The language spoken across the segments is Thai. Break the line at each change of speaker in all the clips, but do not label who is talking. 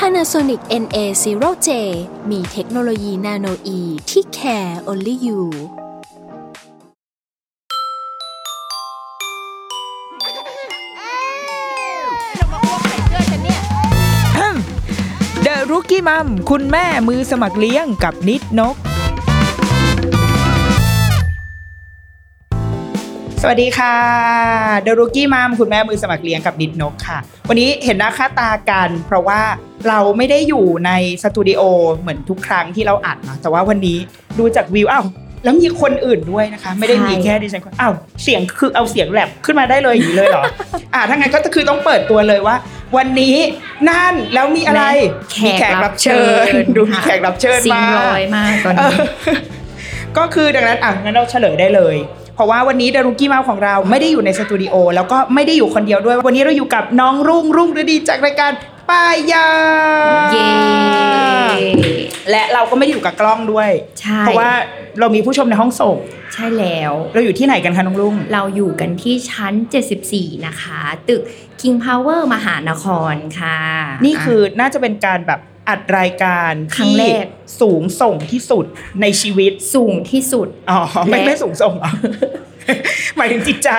Panasonic NA0J มีเทคโนโลยีนาโนอีที่ care only you
เดอะรุกี้มัมคุณแม่มือสมัครเลี้ยงกับนิดนก สวัสดีค่ะเดอะรุกี้มัมคุณแม่มือสมัครเลี้ยงกับนิดนกค่ะ วันนี้เห็นหน้าค่าตากัน เพราะว่าเราไม่ได้อยู่ในสตูดิโอเหมือนทุกครั้งที่เราอัดนะแต่ว่าวันนี้ดูจากวิวอ้าวแล้วมีคนอื่นด้วยนะคะ ไม่ได้มีแค่ดิฉันคนอ้าวเสียงคือเอาเสียงแลบขึ้นมาได้เลยอย่างนี้เลยเหรอ อ่าถ้างั้นก็คือต้องเปิดตัวเลยว่า วันนี้นั่นแล้วมีอะไรมีแขกรับเชิญ ดูมีแขกรับเชิญ
ซิง
มา
ลอยมากตอนนี้
เอ อก็คือดังนั้นอ่ะงั้นเราเฉลยได้เลย เพราะว่าวันนี้ดารุกี้มาของเราไม่ได้อยู่ในสตูดิโอแล้วก็ไม่ได้อยู่คนเดียวด้วย วันนี้เราอยู่กับน้องรุ่งรุ่งฤดีจากรายการป้ายยา
เย้
และเราก็ไม่ได้อยู่กับกล้องด้วย
ใช่
เพราะว่าเรามีผู้ชมในห้องส่ง
ใช่แล้ว
เราอยู่ที่ไหนกันคะน้องรุ่ง
เราอยู่กันที่ชั้น 74 นะคะ ตึก King Power มหานครค่ะ
นี่คือน่าจะเป็นการแบบอัดรายการ
ครั้ง
ที่
แรก
สูงส่งที่สุดในชีวิต
สูงที่สุด
อ๋อไม่
และ
ไม่สูงส่งเหรอ หมายถึงจิตใจ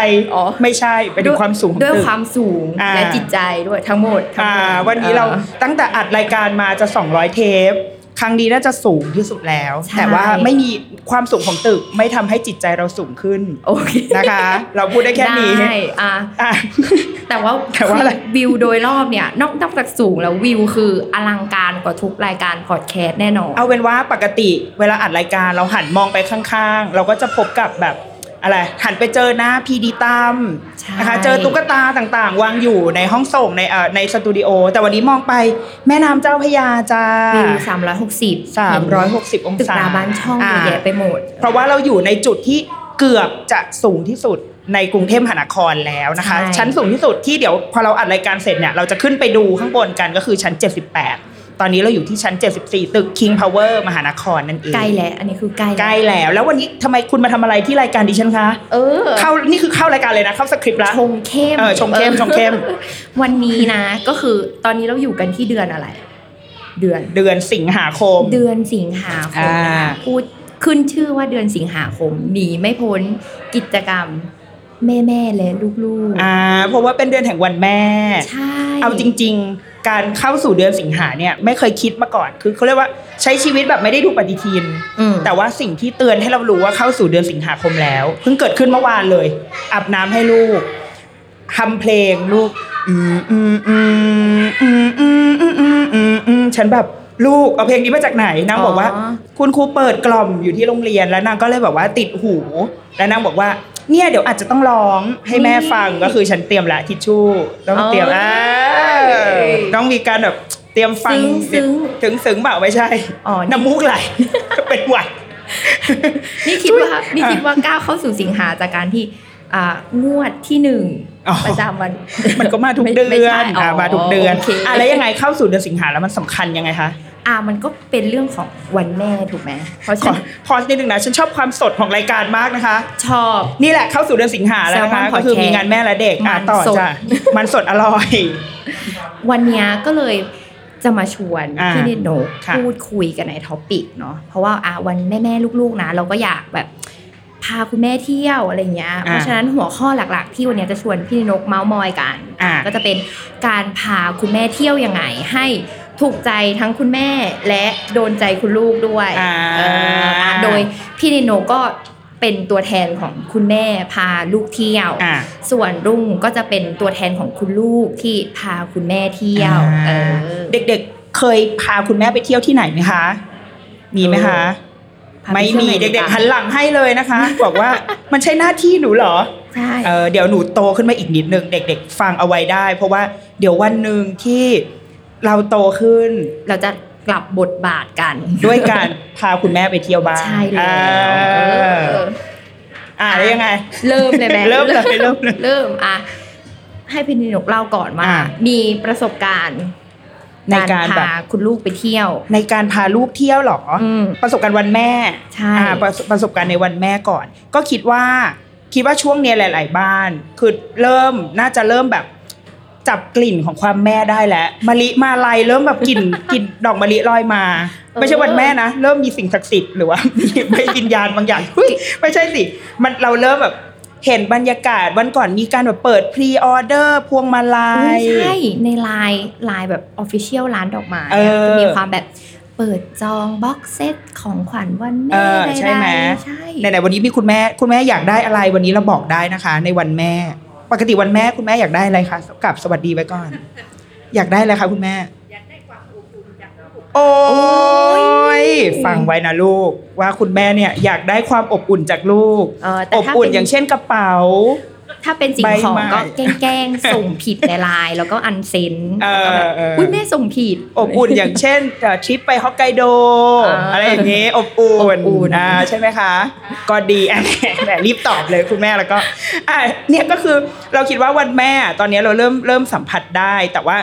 ไม่ใช่ไปถึงความสูงของ
ด้วย
ตึก
ความสูง
อ่า
และจิตใจด้วยทั้งหมดทั้ง
อ่า
หมด
วันนี้เรา
อ่
ตั้งแต่อัดรายการมาจะ 200 เทป ครั้งนี้น่าจะสูงที่สุดแล้ว
ใช่
แต่ว่าไม่มีความสูงของตึกไม่ทำให้จิตใจเราสูงขึ้น
โอเค
นะคะ เราพูดได้แค่นี้
ได้อ่ะ
อ่ะ
แต่ว่า
แต่ว่าอะไร
วิวโดยรอบเนี่ยนอกนอกจากสูงแล้ววิวคืออลังการกว่าทุกรายการพอดแคสต์แน่นอน
เอาเป็นว่าปกติเวลาอัดรายการเราหันมองไปข้างๆ เราก็จะพบกับแบบอะไรหันไปเจอหน้าพีดีตั้ม
ใช่
นะคะเจอตุ๊กตาต่างๆ วางอยู่ในห้องส่งในเอ่อในสตูดิโอแต่วันนี้มองไปแม่น้ำเจ้าพระยาจ้า
วิวสามร้อยหกสิบ
360 อง
ตึก
ศา
ราบ้านช่องเยอะแยะไปหมด
เพราะว่าเราอยู่ในจุดที่เกือบจะสูงที่สุดในกรุงเทพมหานครแล้วนะคะ
ใช่
ชั้นสูงที่สุดที่เดี๋ยวพอเราอัดรายการเสร็จเนี่ยเราจะขึ้นไปดูข้างบนกันก็คือชั้น 78 ตอนนี้เราอยู่ที่ชั้น 74 ตึก King Power มหานครนั่นเอง
ใกล้แล้วอันนี้คือใกล้
ใกล้แล้ว แล้ววันนี้ทำไมคุณมาทำอะไรที่รายการดิฉันคะ
เออ
เข้านี่คือเข้ารายการเลยนะเข้าสคริปต์ละ
ชงเข้ม
เออชงเข้มชงเข้ม
วันนี้นะ ก็คือตอนนี้เราอยู่กันที่เดือนอะไร เดือน
เดือนสิงหาคม
เดือนสิงหาคม
อ่า
นะคะพูดขึ้นชื่อว่าเดือนสิงหาคมหนีไม่พ้นกิจกรรมแม่แม่ๆและลูก
อ่าเพราะว่าเป็นเดือนแห่งวันแม่
ๆใช่
เอาจริงๆ การเข้าสู่เดือนสิงหาเนี่ยไม่เคยคิดมาก่อน คือเขาเรียกว่าใช้ชีวิตแบบไม่ได้ดูปฏิทิน
อืม
แต่ว่าสิ่งที่เตือนให้เรารู้ว่าเข้าสู่เดือนสิงหาคมแล้ว เพิ่งเกิดขึ้นเมื่อวานเลยอาบน้ำให้ลูกทำเพลงลูกอืมอืมอืมอืมอืมอืมอืมอืมอืมฉันแบบลูกเอาเพลงนี้มาจากไหนนางบอกว่า คุณครูเปิดกล่อมอยู่ที่โรงเรียนแล้วนางก็เลยแบบว่าติดหู แล้วนางบอกว่า เนี่ยเดี๋ยวอาจจะต้องร้องให้แม่ฟังก็คือฉันเตรียมละทิชชู่ต้องเตรียมอ่าต้องมีการแบบเตรียมฟังถึงซึ้งเปล่าไม่ใช่
อ๋อนี่
น้ำมูกไหล เป็นหวัด
นี่คิดว่า นี่คิดว่าก้าวเข้าสู่สิงหาจากการที่อ่างวดที่หนึ่ง
อ๋อ
ประจำวัน
มันก็มาทุก
ไ
เดือน
ไใช่
อ่ะมาทุกเดือน
โค
อะไรยังไงเข้าสู่เดือนสิงหาแล้วมันสำคัญยังไงคะ
อ่ามันก็เป็นเรื่องของวันแม่ถูกไหมเพราะ
ข
ฉั
อน พอสนิดนึงนะฉันชอบความสดของรายการมากนะคะ
ชอบ
นี่แหละเข้าสู่เดือนสิงหาแล้วนะคะ
Salmon Podcast
ก็คือมีงานแม่และเด็กอ่ะ
มัน
ต่อ
สด
จ้ะมันสดอร่อย
วันเนี้ยก็เลยจะมาชวน
อ่า
พี่เนตโนก
ค่ะ
พูดคุยกันในท็อปิกเนาะเพราะว่าอ่ะวันแม่แม่ๆลูกๆนะ เราก็อยากแบบพาคุณแม่เที่ยวอะไรเงี้ย เพราะฉะนั้นหัวข้อหลักๆ ที่วันเนี้ยจะชวนพี่เนตโนกเมาส์มอยกัน
อ่า
ก็จะเป็นการพาคุณแม่เที่ยวยังไง ให้ถูกใจทั้งคุณแม่และโดนใจคุณลูกด้วย
อ่า
เอ่ออ่ะโดยพี่เนโนก็เป็นตัวแทนของคุณแม่พาลูกเที่ยว
อ่ะ
ส่วนรุ่งก็จะเป็นตัวแทนของคุณลูกที่พาคุณแม่เที่ยวเออ
เด็กๆ เคยพาคุณแม่ไปเที่ยวที่ไหนไหมคะ มีไหมคะ
พาป
ไม่
ที่ยว
มี
หน
เด็ก
ปะ
ๆ หันหลังให้เลยนะคะ บอกว่ามันใช่หน้าที่หนูเหรอ
ใช่
เออเดี๋ยวหนูโตขึ้นมาอีกนิดนึงเด็ก ๆ ฟังเอาไว้ได้ เพราะว่าเดี๋ยววันหนึ่งที่เราโตขึ้น
เราจะ กลับบทบาทกัน
ด้วย การพาคุณแม่ไปเที่ยวบ้าน
ใช่แล้ว
อ่า
เออ
อ่าแล้วยังไง
เริ่มเลยแบบ
เริ่มเลยเริ่มเลย
เริ่มอ่ะให้พี่นินกเล่าก่อนว่า
อ่ะ
มีประสบการณ์
ในการแบบ
พาคุณลูกไปเที่ยว
ในการพาลูกเที่ยวเหรออ
อืม
ประสบการณ์วันแม่
ใช่
อ่าประสประสบการณ์ในวันแม่ก่อน ก็คิดว่าคิดว่าช่วงเนี้ยหลาย ๆ บ้าน คือเริ่มน่าจะเริ่มแบบจับกลิ่นของความแม่ได้แล้วมะลิมาลายเริ่มแบบกลิ่น กลิ่นดอกมะลิลอยมา ไม่ใช่วันแม่นะ เริ่มมีสิ่งศักดิ์สิทธิ์หรือว่า มีไม่กินยานบางอย่าง เฮ้ยไม่ใช่สิมันเราเริ่มแบบเห็นบรรยากาศวันก่อนมีการแบบเปิดพรีออเดอร์พวงมาลั
อุ๊
ย
ยใช่ ในไลน์ไลน์แบบออฟฟิเชียลร้านดอกไม้
เออ
จะมีความแบบเปิดจองบ็อกเซตของขวัญวัน
เอ
แม่
อ
ใดๆ
ใช่ไหม
ใช่
ไหนๆวันนี้มีคุณแม่คุณแม่อยากได้อะไรวันนี้เราบอกได้นะคะ ในวันแม่ ปกติวันแม่คุณแม่อยากได้อะไรคะกลับสวัสดีไว้ก่อน อยากได้อะไรคะคุณแม่ อยากได้ความอบอุ่นจากลูกโอ้ยฟังไว้นะลูก ว่าคุณแม่เนี่ยอยากได้ความอบอุ่นจากลูก
เออแต่
อบ
ถ้า
อุ่น
เป็น
อย่างเช่นกระเป๋า
ถ้าเป็นสิ่งของ
ใบไม้
ก็แกล้งๆ ส่งผิดในไลน์แล้วก็อันเซน
เอ
แล้ว
อ
ก็แบบ
เอออุ๊
อุ้ยแม่ส่งผิด
อบอุ่นอย่างเช่นเอ่อทริปไปฮอกไกโด
อ่า
อะไรอย่างนี้อบอุ่น
อบอุ่น
อ่าใช่ไหมคะ ก็ดี อ่ะแหมแหมรีบตอบเลยคุณแม่แล้วก็อ่ะเนี่ยก็คือเราคิดว่าวันแม่ตอนนี้เราเริ่มเริ่มสัมผัสได้ แต่ว่า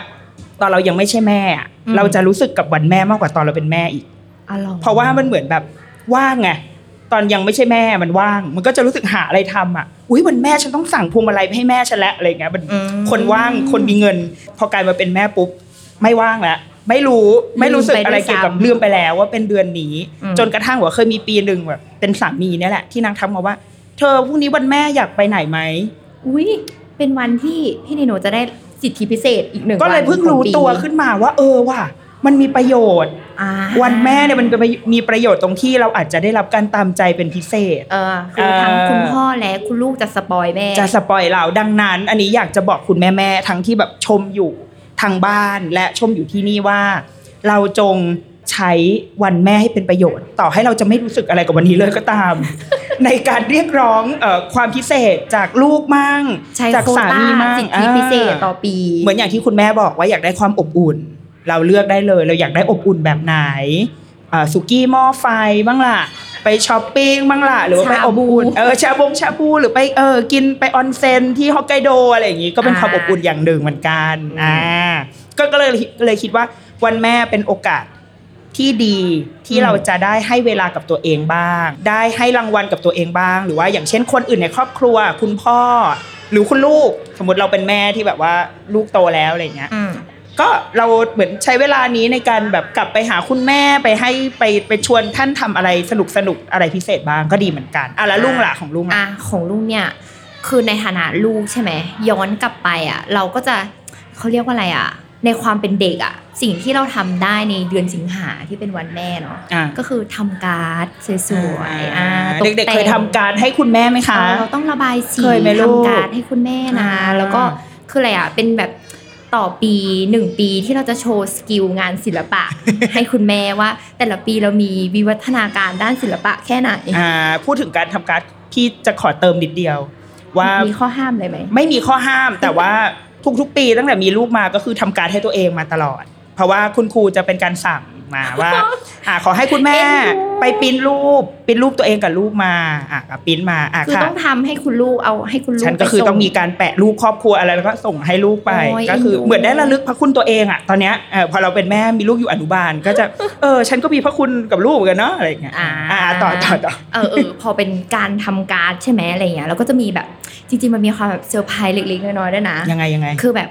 ตอนเรายังไม่ใช่แม่อะเราจะรู้สึกกับวันแม่มากกว่าตอนเราเป็นแม่อีก
อ๋อหอ
เพราะว่ามันเหมือนแบบว่างไงตอนยังไม่ใช่แม่มันว่าง มันก็จะรู้สึกหาอะไรทำอ่ะอุ้ยวันแม่ฉันต้องสั่งพวงมาลัยไปให้แม่ฉันละอะไรอย่างเงี้ยมัน
อืม
คนว่างคนมีเงิน พอกลายมาเป็นแม่ปุ๊บไม่ว่างละไม่รู้ไม่รู้สึกอะไรเกี่ยวกับลืมไปแล้วว่าเป็นเดือนนี้
อืม
จนกระทั่งว่าเคยมีปีหนึ่งแบบเป็นสามีเนี่ยแหละที่นางทักมาว่า เธอพรุ่งนี้วันแม่อยากไปไหนไหม
อุ้ยเป็นวันที่พี่นิโนจะได้สิทธิพิเศษอีกหนึ่ง
ก็เล
วั
ย
น
เพิ่ง
ขอ
รู้
ปี
ตัวขึ้นมาว่า เออว่ะมันมีประโยชน์
อ่า
วันแม่เนี่ยมันเป็นประโยชน์มีประโยชน์ตรงที่เราอาจจะได้รับการตามใจเป็นพิเศษ
เออคือทั้ง
เออ
คุณพ่อและคุณลูกจะสปอยแม่
จะสปอยเราดังนั้น อันนี้อยากจะบอกคุณแม่แม่ๆทั้งที่แบบชมอยู่ทางบ้านและชมอยู่ที่นี่ว่า เราจงใช้วันแม่ให้เป็นประโยชน์ ต่อให้เราจะไม่รู้สึกอะไรกับวันนี้เลยก็ตาม ในการเรียกร้องเออความพิเศษจากลูกมั่ง
ใช้
จาก
โคว
สา
ต้า
มีมั่ง
สิทธิพิเศษต่อปี
เหมือนอย่างที่คุณแม่บอกว่าอยากได้ความอบอุ่น เราเลือกได้เลย เราอยากได้อบอุ่นแบบไหนเอ่อสุกี้หม้อไฟบ้างล่ะ ไปช้อปปิ้งบ้างล่ะหรือว่าไป
ชา
อบอุ่น
บู
เออชาบงชาบูหรือไปเออกินไปออนเซนที่ฮอกไกโดอะไรอย่างนี้ก็เป็นความอบอุ่นอย่างหนึ่งเหมือนกันอ่าก็ก็เลยเลยคิดว่าวันแม่เป็นโอกาสที่ดีที่เราจะได้ให้เวลากับตัวเองบ้าง ได้ให้รางวัลกับตัวเองบ้าง หรือว่าอย่างเช่นคนอื่นในครอบครัว คุณพ่อ หรือคุณลูกสมมติเราเป็นแม่ที่แบบว่าลูกโตแล้วอะไรอย่างเงี้ย
อืม
ก็เราเหมือนใช้เวลานี้ในการแบบกลับไปหาคุณแม่ไปให้ไปไปชวนท่านทำอะไรสนุกสนุกอะไรพิเศษบ้างก็ดีเหมือนกันอ่ะแล้วลุงล่ะของลุงล่ะ
อ่ะของลูกเนี่ยคือในฐานะลูกใช่ไหมย้อนกลับไปอ่ะ เราก็จะเขาเรียกว่าอะไรอ่ะ ในความเป็นเด็กอ่ะ สิ่งที่เราทำได้ในเดือนสิงหาที่เป็นวันแม่เนาะ
อ่ะ
ก็คือทำการ์ดสวยๆอ่ะต
เด็กๆเคยทำการให้คุณแม่ไหมคะ
เออเราต้องระบายสี
เคยไหมลูก
ทำการ์ดให้คุณแม่นะ
อ่า
แล้วก็คืออะไรอ่ะเป็นแบบต่อปีหนึ่งปีที่เราจะโชว์สกิลงานศิล ปะ ให้คุณแม่ว่า แต่ละปีเรามีวิวัฒนาการด้านศิลปะแค่ไหน
อ่าพูดถึงการทำการพี่จะขอเติมนิดเดียว ว่า
มีข้อห้ามอะไรไหม
ไม่มีข้อห้ามแต่ว่าทุกๆ ปีตั้งแต่มีลูกมาก็คือทำการให้ตัวเองมาตลอด เพราะว่าคุณครูจะเป็นการสั่งมา ว่า อ่าขอให้คุณแม่
เอ็นดู
ไปปริ้นรูปปริ้นรูปตัวเองกับลูกมาอ่ะก็ปริ้นมาอ่ะ
คือ
ค่ะ
ต้องทำให้คุณลูกเอาให้คุณลูก
ฉันก็คือ
ไปส่
ต้องมีการแปะรูปครอบครัวอะไรแล้วก็ส่งให้ลูกไป
โอ้ย
ก็คือ
เอ็นดู
เหมือนได้ระลึกพระคุณตัวเองอะตอนเนี้ยเออพอเราเป็นแม่มีลูกอยู่อนุบาล ก็ จะ เออฉันก็มีพระคุณกับลูกเหมือนกันเนาะอะไรอย่างเงี้ย
อ่า
อ่าต่อต่อต่อ
เออเออพอเป็นการทำการ์ดใช่ไหมอะไรอย่างเงี้ยแล้วก็จะมีแบบจริง ๆ มันมีความแบบเซอร์ไพรส์เล็กๆน้อยๆด้วยนะ
ยังไงยังไง
คือแบบ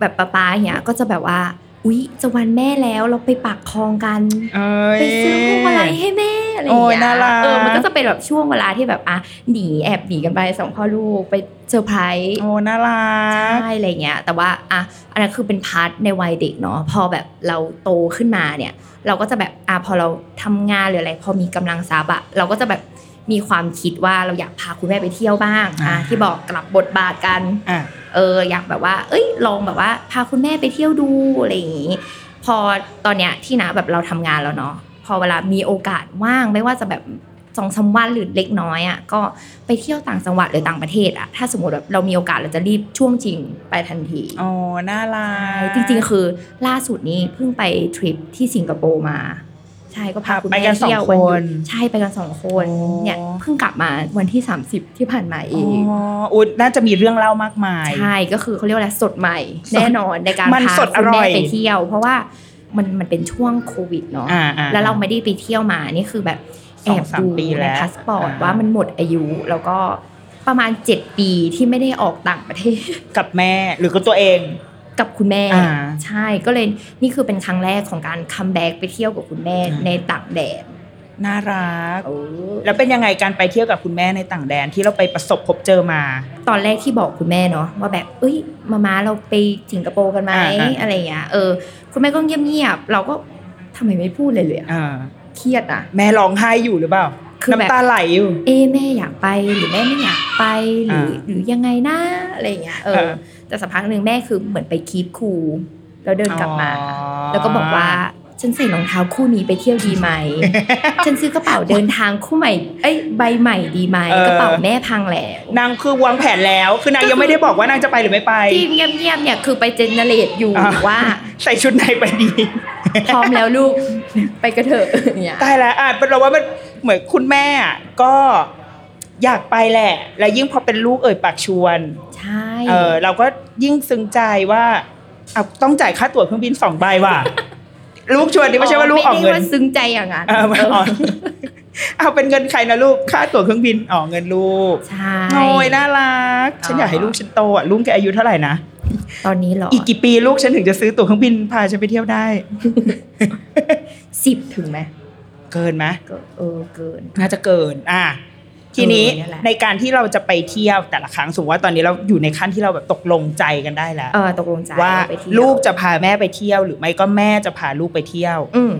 แบบป๊าป๊าอย่างเงี้ยก็จะแบบว่าอุ๊ยจะวันแม่แล้วเราไปปักคลองกัน
เอ้ย
ไปซื้อพวงมาลัยให้แม่อะไรอย่างเงี้
โอ้ยน่ายรัก
เออมันก็จะเป็นแบบช่วงเวลาที่แบบอ่ะหนีแอบหนีกันไปสองพ่อลูกไปเซอร์ไพรส์
โอ้น่ารัก
ใช่อะไรเงี้ยแต่ว่าอ่ะอันนั้นคือเป็นพาร์ทในวัยเด็กเนาะพอแบบเราโตขึ้นมาเนี่ย เราก็จะแบบอ่ะพอเราทำงานหรืออะไร พอมีกำลังทรัพย์อะเราก็จะแบบมีความคิดว่าเราอยากพาคุณแม่ไปเที่ยวบ้าง
อ่า
อ่ะที่บอกกลับบทบาทกัน
อ่ะ
เอออยากแบบว่า เอ้ยลองแบบว่าพาคุณแม่ไปเที่ยวดูอะไรอย่างงี้ พอตอนเนี้ยที่นะแบบเราทำงานแล้วเนาะพอเวลามีโอกาสว่างไม่ว่าจะแบบ สองสามวันหรือเล็กน้อยอ่ะก็ไปเที่ยวต่างจังหวัดหรือต่างประเทศอ่ะถ้าสมมติแบบเรามีโอกาสเราจะรีบช่วงจริงไปทันที
อ๋อน่ารัก
จริงๆ คือล่าสุดนี้เพิ่งไปทริปที่สิงคโปร์มา ใช่ก็พาคุณ
ไป
แม่
กันสอง
เที่ยว
ค
วันหยุ
น
ดใช่ไปกันสองคน
อ๋อ
เนี่ยเพิ่งกลับมาวันที่ 30 ที่ผ่านมาเอ
อ๋
ง
ออุยน่าจะมีเรื่องเล่ามากมาย
ใช่ก็คือเขาเรียกว่าอะไรสดใหม่
สด
แน่นอนในการ
มัน
พา
สดอ
คุณ
ร่อ
แม่
ย
ไปเที่ยว เพราะว่ามันมันเป็นช่วงโควิดเนาะ
อ่าๆ
แล้วเราไม่ได้ไปเที่ยวมานี่คือแบบแอบ
สองสาม
ดู
ปีแล้
ใน
ว
พาสปอร์ต
อ่า
ว่ามันหมดอายุแล้วก็ประมาณ 7 ปีที่ไม่ได้ออกต่างประเทศ
กับแม่หรือกับตัวเอง
กับคุณแม่
อ่า
ใช่ก็เลยนี่คือเป็นครั้งแรกของการคัมแบ็กไปเที่ยวกับคุณแม่
อ่า
ในต่างแดน
น่ารัก แล้วเป็นยังไงการไปเที่ยวกับคุณแม่ในต่างแดนที่เราไปประสบพบเจอมา
ตอนแรกที่บอกคุณแม่เนาะว่าแบบเอ้ยมามาเราไปสิงคโปร์กันไหม
อ่าอ่า
อะไรอย่างเงี้ยเออ คุณแม่ก็เงียบๆเราก็ทำไมไม่พูดเลยเลยอะ
อ่า
เครียดอ่ะ
แม่ร้องไห้อยู่หรือเปล่า
คือแบบ
น้ำตาไหลอยู่
เอะแม่อยากไปหรือแม่ไม่อยากไปหรืออา หรือยังไงนะอะไรอย่างเงี้ยเอ
เอ
อ
อ
แต่สักพักหนึ่งแม่คือเหมือนไปคีบคูลแล้วเดินกลับมา แล้วก็บอกว่าฉันใส่รองเท้าคู่นี้ไปเที่ยวดีไหม ฉันซื้อกระเป๋าเดินทางคู่ใหม่ เอ้ยใบใหม่ดีไหม
เออ
กระเป๋าแม่พังแล้ว
นางคือวางแผนแล้ว คือนางยังไม่ได้บอกว่านางจะไปหรือไม่ไป
ที่เงียบๆเนี่ยคือไปเจเนเรตอยู่
อ่า
ว่า
ใส่ชุดไหนไปดี
พร้อมแล้วลูกไปกระเถอะเนี่ย
ตายแล้วอ่ะเราว่ามันเหมือนคุณแม่อ่ะก็อยากไปแหละ แล้วยิ่งพอเป็นลูกเอ่ยปากชวน
ใช่
เออเราก็ยิ่งซึ้งใจว่าเอาต้องจ่ายค่าตั๋วเครื่องบินสองใบว่ะ ลูกชวนนี่ไม่ใช่ว่าลูกออก
ไม่
เงิ
ได้
น
ว่าซึ้งใจอย่างนั้น
เออไม่ออกเอาเป็นเงินใครนะลูก ค่าตั๋วเครื่องบินอ๋อเงินลูก
ใช่
โอ้ยน่ารัก ฉัน
อ๋อ
อ
อ
ยากให้ลูกฉันโตอ่ะลูกแกอายุเท่าไหร่นะ
ตอนนี้เหรอ
อีกกี่ปีลูกฉันถึงจะซื้อตั๋วเครื่องบินพาฉันไปเที่ยวได้
สิบถึงไหม
เกินไหม
ก็เออเกิน
น่าจะเกิน อ่ะทีนี้
เออเนี่ยแหละ
ในการที่เราจะไปเที่ยวแต่ละครั้งสมมติว่าตอนนี้เราอยู่ในขั้นที่เราแบบตกลงใจกันได้แล้ว
เออตกลงใจ
ว่า
ไปเที่ย
ลูกจะพาแม่ไปเที่ยว หรือไม่ก็แม่จะพาลูกไปเที่ยว
อืม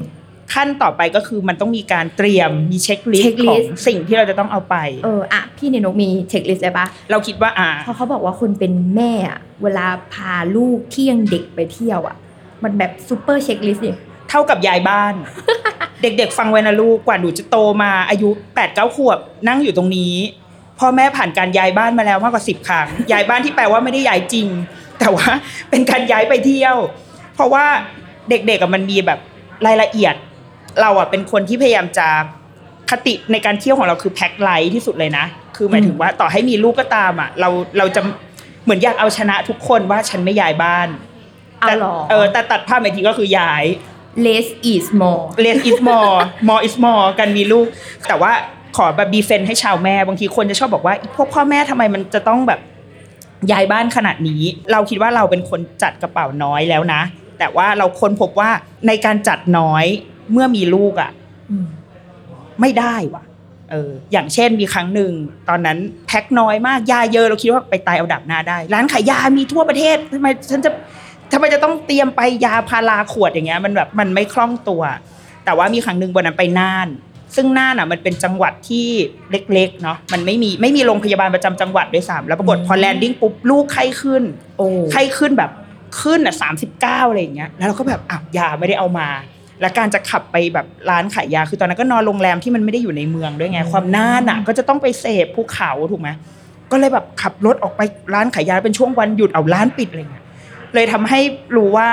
ขั้นต่อไปก็คือมันต้องมีการเตรียมมีเช็คลิสต์ของ
checklist
สิ่งที่เราจะต้องเอาไป
เอออ่ะพี่เนนกมีเช็คลิสต์เลยปะ
เราคิดว่าอ่า
เพราะเขาบอกว่าคนเป็นแม่อะเวลาพาลูกที่ยังเด็กไปเที่ยวอ่ะ มันแบบซูเปอร์เช็คลิสต์เนี่ย
เท่ากับยาย บ้าน เด็กๆ ฟังไว้นะลูกกว่าหนูจะโตมาอายุ8ปดเก้าขวบนั่งอยู่ตรงนี้พ่อแม่ผ่านการย้ายบ้านมาแล้วมากกว่าสิบครั้ง ย้ายบ้านที่แปลว่าไม่ได้ย้ายจริง แต่ว่า เป็นการย้ายไปเที่ยว เพราะว่าเด็กๆอะมันมีแบบรายละเอียด เราอ่ะเป็นคนที่พยายามจะคติในการเที่ยวของเราคือแพ็คไลท์ที่สุดเลยนะ คือหมายถึงว่าต่อให้มีลูกก็ตามอ่ะเราเราจะเหมือนอยากเอาชนะทุกคนว่าฉันไม่ย้ายบ้าน
เอา
แต่
หรอ
เออแต่ตัดภาพไปทีก็คือย้าย
less is more
เรียน is more more is more กันมีลูก แต่ว่าขอแบบดีเฟนให้ชาวแม่ บางทีคนจะชอบบอกว่าอีพวกพ่อแม่ทำไมมันจะต้องแบบย้ายบ้านขนาดนี้ เราคิดว่าเราเป็นคนจัดกระเป๋าน้อยแล้วนะ แต่ว่าเราค้นพบว่าในการจัดน้อยเมื่อมีลูกอ่ะ
อืม
ไม่ได้ว่ะ เออ อย่างเช่นมีครั้งหนึ่งตอนนั้นแพ็คน้อยมากยาเยอะเราคิดว่าไปตายเอาดับหน้าได้ ร้านขายยามีทั่วประเทศทำไมฉันจะทำไมจะต้องเตรียมไปยาพาราขวดอย่างเงี้ยมันแบบมันไม่คล่องตัว แต่ว่ามีครั้งหนึ่งวันนั้นไปน่าน ซึ่งน่านอ่ะมันเป็นจังหวัดที่เล็กๆเนาะมันไม่มีไม่มีโรงพยาบาลประจำจังหวัดด้วยซ้ำแล้วปรากฏพอแลนดิ้งปุ๊บลูกไข้ขึ้น
โอ้
ไข้ขึ้นแบบขึ้นอ่ะสามสิบเก้าอะไรอย่างเงี้ยแล้วเราก็แบบอ่ะยาไม่ได้เอามา และการจะขับไปแบบร้านขายยาคือตอนนั้นก็นอนโรงแรมที่มันไม่ได้อยู่ในเมืองด้วยไง ความน่าหนักก็จะต้องไปเสพภูเขาถูกไหมก็เลยแบบขับรถออกไปร้านขายยาเป็นช่วงวันหยุดเอาร้านปิดอะไรเงี้ยเลยทำให้รู้ว่า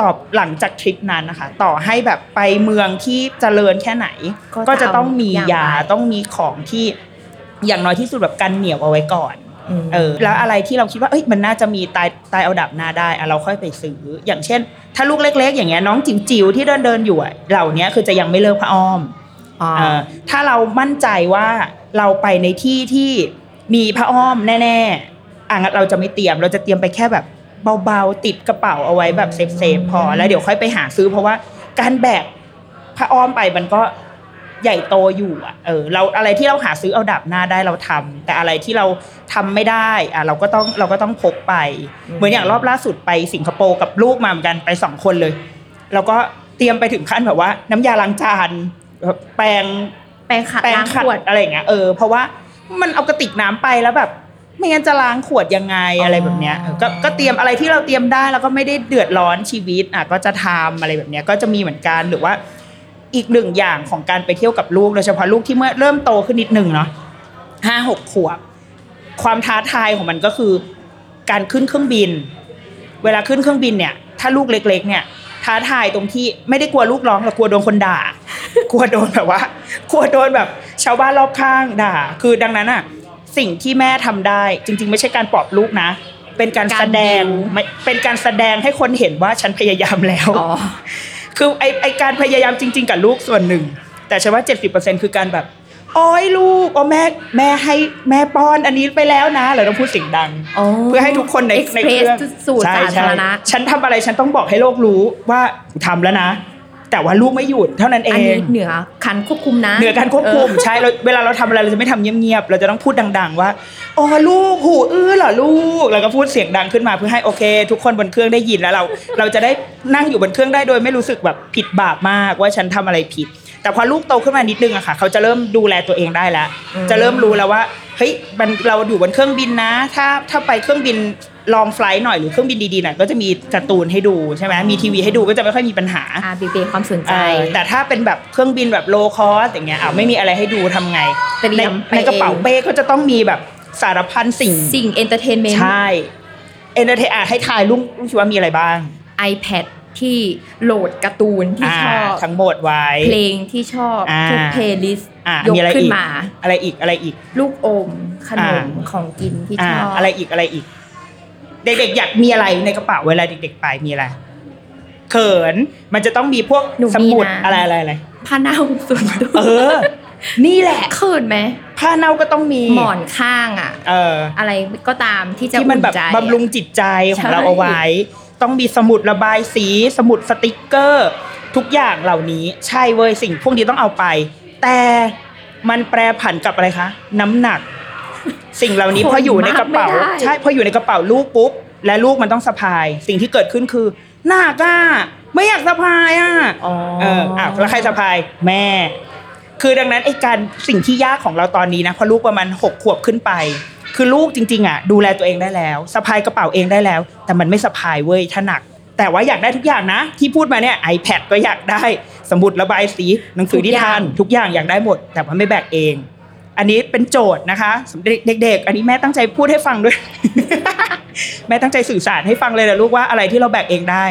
ตอบหลังจากทริปนั้นนะคะ ต่อให้แบบไปเมืองที่เจริญแค่ไหน ก็จะต้องมียาต้องมีของที่อย่างน้อยที่สุดแบบกันเหนียวเอาไว้ก่อน
ม
เออแล้วอะไรที่เราคิดว่าเอ้ยมันน่าจะมีตายตายเอาดับหน้าได้อะเราค่อยไปซื้อ อย่างเช่น ถ้าลูกเล็ก ๆ อย่างเงี้ยน้องจิ๋วๆที่เดินเดินๆอยู่อะเหล่าเนี้ยคือจะยังไม่เลิกพระอ้อม
อ
เออถ้าเรามั่นใจว่าเราไปในที่ที่มีพระอ้อมแน่ๆอ่ะงั้นเราจะไม่เตรียมเราจะเตรียมไปแค่แบบเบาๆติดกระเป๋าเอาไว้แบบเซฟๆพอแล้วเดี๋ยวค่อยไปหาซื้อ เพราะว่าการแบกพระอ้อมไปมันก็ใหญ่โตอยู่อะเออเราอะไรที่เราหาซื้อเอาดับหน้าได้เราทำแต่อะไรที่เราทำไม่ได้อ่ะเราก็ต้องเราก็ต้องพกไป เหมือนอย่างรอบล่าสุดไปสิงคโปร์กับลูกมาเหมือนกันไปสองคนเลย แล้วก็เตรียมไปถึงขั้นแบบว่าน้ำยาล้างจานแบบแปรง
แปรงขัด
แปรง
ล้าง
ขั
ขวด
ดอะไรอย่างเงี้ยเออเพราะว่ามันเอากระติกน้ำไปแล้วแบบ ไม่งั้นจะล้างขวดยังไงอะไรแบบเนี้ยเออก็ก็เตรียมอะไรที่เราเตรียมได้แล้วก็ไม่ได้เดือดร้อนชีวิตอ่ะก็จะทำอะไรแบบเนี้ยก็จะมีเหมือนกันหรือว่า อีกหนึ่งอย่างของการไปเที่ยวกับลูกโดยเฉพาะลูกที่เมื่อเริ่มโตขึ้นนิดหนึ่งเนาะห้าหกขวบ ความท้าทายของมันก็คือการขึ้นเครื่องบิน เวลาขึ้นเครื่องบินเนี่ย ถ้าลูกเล็ก ๆ เนี่ย ท้าทายตรงที่ไม่ได้กลัวลูกร้องแต่กลัวโดนคนด่า กลัวโดนแบบว่ากลัวโดนแบบชาวบ้านรอบข้างด่า คือดังนั้นอ่ะสิ่งที่แม่ทำได้จริง ๆ ไม่ใช่การปลอบลูกนะ เป็นการ
การ
แสดง
บิว
ไม่เป็นการแสดงให้คนเห็นว่าฉันพยายามแล้ว
อ๋อ
คือไอไอการพยายามจริง ๆ กับลูกส่วนหนึ่ง แต่ฉันว่า 70%คือการแบบโอ้ยลูกโอ้แม่แม่ให้แม่ป้อนอันนี้ไปแล้วนะเราต้องพูดเสียงดัง เพื่อให้ทุกคนในในเค
Express
รื่อง
สู่
ใช่
สาธารณะ
ใช่ฉันทำอะไรฉันต้องบอกให้โลกรู้ว่ากูทำแล้วนะ แต่ว่าลูกไม่หยุดเท่านั้นเอ
อันนี้
ง
เหนือคันควบคุมนะ
เหนือการควบคุม
เออ
ใช่เราเวลาเราทำอะไรเราจะไม่ทำเงียบๆเราจะต้องพูดดัง ๆ ว่าอ๋อลูกหูอื้อเหรอลูกแล้วก็พูดเสียงดังขึ้นมาเพื่อให้โอเค ทุกคนบนเครื่องได้ยินแล้วเรา เราจะได้นั่งอยู่บนเครื่องได้โดยไม่รู้สึกแบบผิดบาปมากว่าฉันทำอะไรผิด แต่พอลูกโตขึ้นมานิดนึงอะค่ะ เขาจะเริ่มดูแลตัวเองได้แล้ว
อืม
จะเริ่มรู้แล้วว่าเฮ้ยมันเราอยู่บนเครื่องบินนะ ถ้าถ้าไปเครื่องบินลองไฟลท์หน่อยหรือเครื่องบินดีๆหน่อยก็จะมีการ์ตูนให้ดูใช่ไหมมีทีวีให้ดูก็จะไม่ค่อยมีปัญหา
อ่าบีเบความสนใจ
เออแต่ถ้าเป็นแบบเครื่องบินแบบโลคอสอย่างเงี้ยอ้าวไม่มีอะไรให้ดูทำไง
เตรี
ใน
ยมไป
ในกระเป๋า
เอง
เป้ก็จะต้องมีแบบสารพันสิ่ง
สิ่งเอนเตอร์เทนเมนต์
ใช่เอนเตอร์เทให้ทายลุงลุงคิดว่ามีอะไรบ้าง
iPad ที่โหลดการ์ตูนที่
อ่า
ชอบ
ทั้งหมดไว้
เพลงที่ชอบ
อ่า
ทุกเพลย์ลิสต์
อ่ะ
ยก
มีอะไรอีก
ขึ้นมา
อะไรอีกอะไรอีก
ลูกอม ขนม
อ่า
ของกินที่
อ่า
ชอบ
อะไรอีกอะไรอีก เด็กๆอยากมีอะไรในกระเป๋าเวลาเด็กๆไปมีอะไรเขินมันจะต้องมีพวก
หนู
ส
มี
มุด
นะ
อะไรอะไรอะไร
ผ้าเน่าส่วนตัว
เอ อ นี่แหละ
เขินไหม
ผ้าเน่าก็ต้องมี
หมอนข้างอ่ะ
เออ
อะไรก็ตามที่จะ
ที่มันแบบ
อุ่ใจ
บำรุงจิตใจของเรา
ใช่
เอาไว้ ต้องมีสมุดระบายสี สมุดสติกเกอร์ ทุกอย่างเหล่านี้ใช่เว้ยสิ่งพวกนี้ต้องเอาไป แต่มันแปรผันกับอะไรคะ น้ำหนัก สิ่งเหล่า นี้พออยู่ในกระเป๋า ใช่พออยู่ในกระเป๋าลูกปุ๊บ และลูกมันต้องสะพาย สิ่งที่เกิดขึ้นคือหน้าก้าไม่อยากสะพายอ่ะ
อ๋อ
เอออ่ะแล้วใครสะพายแม่ คือดังนั้นไอ้การสิ่งที่ยากของเราตอนนี้นะพอลูกประมาณหกขวบขึ้นไป คือลูกจริง ๆอ่ะดูแลตัวเองได้แล้วสะพายกระเป๋าเองได้แล้ว แต่มันไม่สะพายเว้ยถ้าหนัก แต่ว่าอยากได้ทุกอย่างนะ ที่พูดมาเนี่ย iPad ก็อยากได้ สมุดระบายสีหนังสือนิทาน ทุกอย่างอยากได้หมด แต่ว่าไม่แบกเอง อันนี้เป็นโจทย์นะคะสำหรับเด็ก ๆ อันนี้แม่ตั้งใจพูดให้ฟังด้วย แม่ตั้งใจสื่อสารให้ฟังเลยนะลูกว่าอะไรที่เราแบกเองได้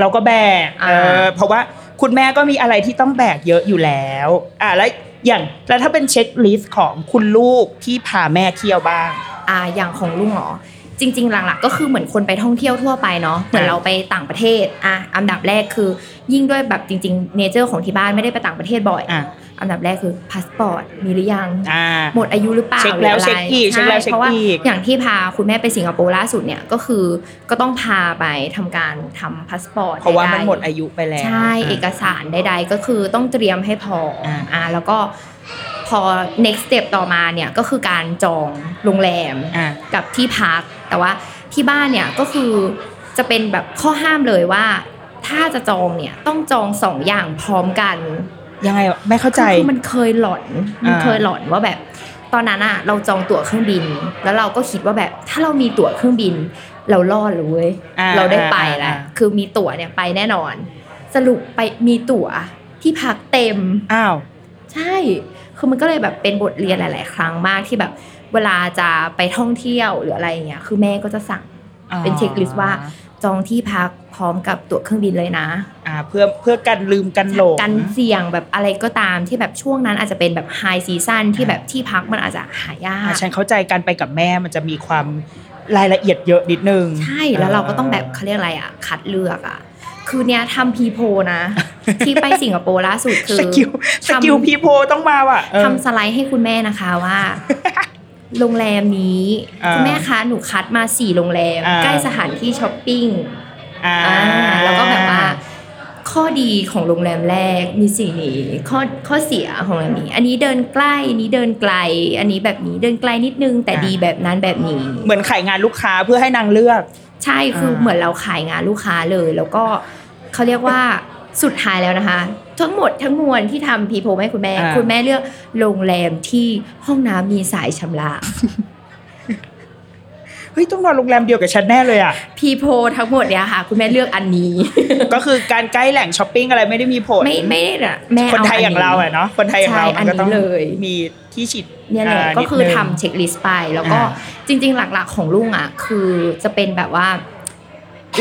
เราก็แบก
อ่า
เออเพราะว่าคุณแม่ก็มีอะไรที่ต้องแบกเยอะอยู่แล้วอ่าแล้วอย่างแล้วถ้าเป็นเช็คลิสต์ของคุณลูกที่พาแม่เที่ยวบ้าง
อ่าอย่างของลุงเหรอจริง ๆ หลักๆ ก็คือเหมือนคนไปท่องเที่ยวทั่วไปเนาะเหมือน
อ่ะ
เราไปต่างประเทศอ่ะอันดับแรกคือ ยิ่งด้วยแบบจริงๆเนเจอร์ของที่บ้านไม่ได้ไปต่างประเทศบ่อย
อ่ะ
อันดับแรกคือพาสปอร์ตมีหรือยัง
อ่า
หมดอายุหรือเปล่า
เช็คแล้ว
หรืะไร
เช็คอีกเช็คแล้วเช็ค
ใพราะว่า
อีก
อย่างที่พาคุณแม่ไปสิงคโปร์ล่าสุดเนี่ยก็คือก็ต้องพาไปทำการทำพาสปอร์ต
เพราะว่ามัน
ไ
หมดอายุไปแล้ว
ใช่เอก
อ่ะ
สารใดๆก็คือต้องเตรียมให้พร้อม
อ่า
อ่าแล้วก็พอ next step ต่อมาเนี่ยก็คือการจองโรงแรม
อ่า
กับที่พักแต่ว่าที่บ้านเนี่ยก็คือจะเป็นแบบข้อห้ามเลยว่า ถ้าจะจองเนี่ยต้องจองสองอย่างพร้อมกัน
ยังไงวะไม่เข้าใจ
คือคือมันเคยหลอนมัน
อ่า
เคยหลอนว่าแบบ ตอนนั้นอะเราจองตั๋วเครื่องบิน แล้วเราก็คิดว่าแบบถ้าเรามีตั๋วเครื่องบิน เรารอดเลยเว้ย
อ่
เราได้ไป
อ่า
แล้วคือมีตั๋วเนี่ยไปแน่นอน สรุปไปมีตั๋วที่พักเต็ม
อ้าว
ใช่ คือมันก็เลยแบบเป็นบทเรียนหลาย ๆ ครั้งมากที่แบบเวลาจะไปท่องเที่ยวหรืออะไรอย่างเงี้ย คือแม่ก็จะสั่ง
อ๋อ
เป็นเช็คลิสต์ว่าจองที่พักพร้อมกับตั๋วเครื่องบินเลยนะ
อ่าเพื่อเพื่อกันลืมกันหลง
การเสี่ยงแบบอะไรก็ตามที่แบบช่วงนั้นอาจจะเป็นแบบไฮซีซั o นที่แบบที่พักมันอาจจะหายา
อ่ะ
ก
ฉันเข้าใจการไปกับแม่มันจะมีความรายละเอียดเยอะนิดนึง
ใช่ แล้วเราก็ต้องแบบเขาเรียกอะไรอ่ะ คัดเลือกอ่ะ คือเนี้ยทำพีโพนะ ที่ไปสิงคโปร์ล่าสุดคือ
สกิลส
ทำ
กิลพีโพต้องมาว่ะเออ
ทำสไลด์ให้คุณแม่นะคะว่า โรงแรมนี้
อ่า
คุณแม่คะหนูคัดมาสี่โรงแรม
อ่า
ใกล้สถานที่ช้อปปิ้ง
อ่า
อ่าแล้วก็แบบว่า ข้อดีของโรงแรมแรกมีสิ่งนี้ ข้อข้อเสียของโรงแรมนี้ อันนี้เดินใกล้อันนี้เดินไกล อันนี้แบบนี้เดินไกลนิดนึง แต่ดีแบบนั้นแบบนี้
เหมือนขายงานลูกค้าเพื่อให้นางเลือก
ใช่คืออา เหมือนเราขายงานลูกค้าเลย แล้วก็เขาเรียกว่า สุดท้ายแล้วนะคะ ทั้งหมดทั้งมวลที่ทำพีโพให้คุณแม่
อ่า
คุณแม่เลือกโรงแรมที่ห้องน้ำมีสายชำระ
ฮ้ยต้องนอนโรงแรมเดียวกับฉันแน่เลยอ่ะ
พีโพทั้งหมดเนี่ยค่ะ คุณแม่เลือกอันนี้
ก็คือการใกล้แหล่งช้อปปิ้งอะไรไม่ได้มีผล
ไม่ไม่ได้อะแม่
คนไทยอย่างเรา
น
อะ
นี้
เนาะคนไทยอย่างเรา
ใช่
มันก็ต้อ
อันนี้
ง
เลย
มีที่ฉีด
เนี่ยแหละ
า
ก็คือ
นิดนึง
ทำเช็คลิสต์ไปแล้วก็
อ่า
จริง ๆ หลักๆของลุงอ่ะ คือจะเป็นแบบว่า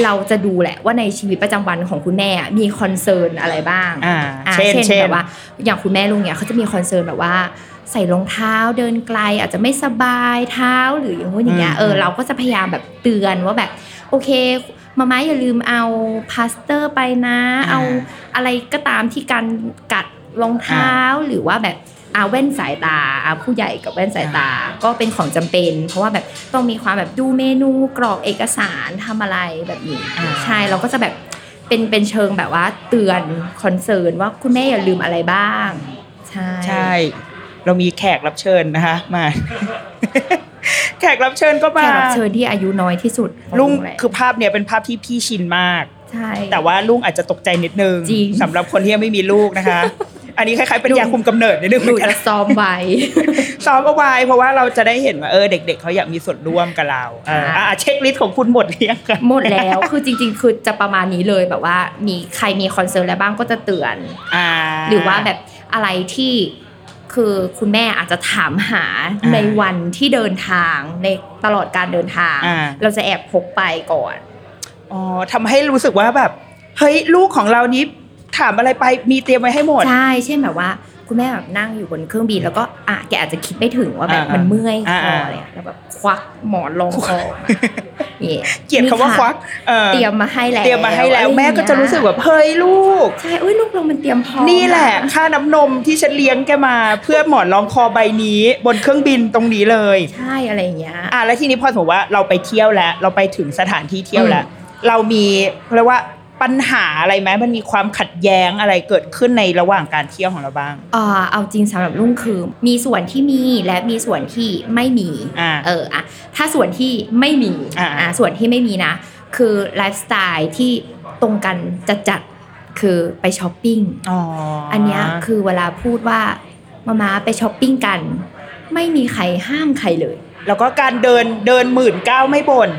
เราจะดูแหละว่าในชีวิตประจำวันของคุณแม่อะมีคอนเซิร์นอะไรบ้าง
อ่า
อ่า
เช่น
เช่น
เช่น
แบบว่า อย่างคุณแม่ลุงเนี่ยเขาจะมีคอนเซิร์นแบบว่า ใส่รองเท้าเดินไกลอาจจะไม่สบายเท้าหรืออย่างงู้นอย่างเงี้ย
อืม
เออเราก็จะพยายามแบบเตือนว่าแบบ โอเค มาม่าอย่าลืมเอาพลาสเตอร์ไปนะ เอาอะไรก็ตามที่การกัดรองเท้าหรือว่าแบบอาแว่นสายตาอาผู้ใหญ่กับแว่นสายตาก็เป็นของจำเป็น เพราะว่าแบบต้องมีความแบบดูเมนูกรอกเอกสารทำอะไรแบบนี้
อ่า
ใช่เราก็จะแบบเป็นเป็นเชิงแบบว่าเตือนคอนเซิร์นว่าคุณแม่อย่าลืมอะไรบ้าง ใช่
ใช่ เรามีแขกรับเชิญนะคะมา แขกรับเชิญก็
แข
มาก
รับเชิญที่อายุน้อยที่สุดของ
ลุง
แหละ
คือภาพเนี่ยเป็นภาพที่พี่ชินมาก
ใช่
แต่ว่าลุงอาจจะตกใจนิดนึง
จริง
สำหรับคนที่ยังไม่มีลูก นะคะ อันนี้คล้ายๆเป็นยาคุมกำเนิดนิดนึงเห
หนู
มือนกัน
จะซ้อมไว้
ซ้อมเอาไว้เพราะว่าเราจะได้เห็นว่าเออเด็ก ๆเขาอยากมีส่วนร่วมกับเราเอออ่ะอ่ะเช็คลิสต์ของคุณหมดหรือยังคะ
หมดแล้ว คือจริง ๆ คือจะประมาณนี้เลยแบบว่า มีใครมีคอนเซิร์นอะไรบ้างก็จะเตือน
อ่า
หรือว่าแบบอะไรที่คือคุณแม่อาจจะถามหา
อ่า
ในวันที่เดินทางในตลอดการเดินทาง
อ่า
เราจะแอบพกไปก่อน
อ๋อทำให้รู้สึกว่าแบบ เฮ้ยลูกของเรานี้ถามอะไรไปมีเตรียมไว้ให้หมด
ใช่เช่นแบบว่า คุณแม่แบบนั่งอยู่บนเครื่องบินแล้วก็อ่ะแกอาจจะคิดไม่ถึงว่าแบบ
อ่าอ่า
มันเมื่อย
อ่า
คอ
อ่า
อะไรอย่างเงี้ยแล้วแบบควักหมอนรองคอมานี่
เกลียดคำว่าควักออ
เตรียมมาให้แล้ว
เตรียมมาให้แล้ว
อะไรอย่าง
แม่
เงี้ย
ก็จะรู้สึกแบบเฮ้ยลูก
ใช่อุ้ยลูกเรามันเตรียมพร้อม
นี่แหละ ค่าน้ำนมที่ฉันเลี้ยงแกมา เพื่อหมอนรองคอใบนี้ บนเครื่องบินตรงนี้เลย
ใช่อะไรอย่างเงี้ย
อ่ะแล้วทีนี้พอสมมติว่าเราไปเที่ยวแล้ว เราไปถึงสถานที่เที่ยวแล้ว เรามีเรียกว่าปัญหาอะไรไหมมันมีความขัดแย้งอะไรเกิดขึ้นในระหว่างการเที่ยวของเราบ้าง
อ่าเอาจริงสำหรับลุงคือ มีส่วนที่มีและมีส่วนที่ไม่มี
อ่า
เอออ่ะถ้าส่วนที่ไม่มี
อ่า
ส่วนที่ไม่มีนะ คือไลฟ์สไตล์ที่ตรงกันจัดจัดๆคือไปช้อปปิ้ง
อ๋ออั
อันเนี้ยคือเวลาพูดว่ามามาไปช้อปปิ้งกัน ไม่มีใครห้ามใครเลย
แล้วก็การเดินเดินหมื่นเก้าไม่บ่น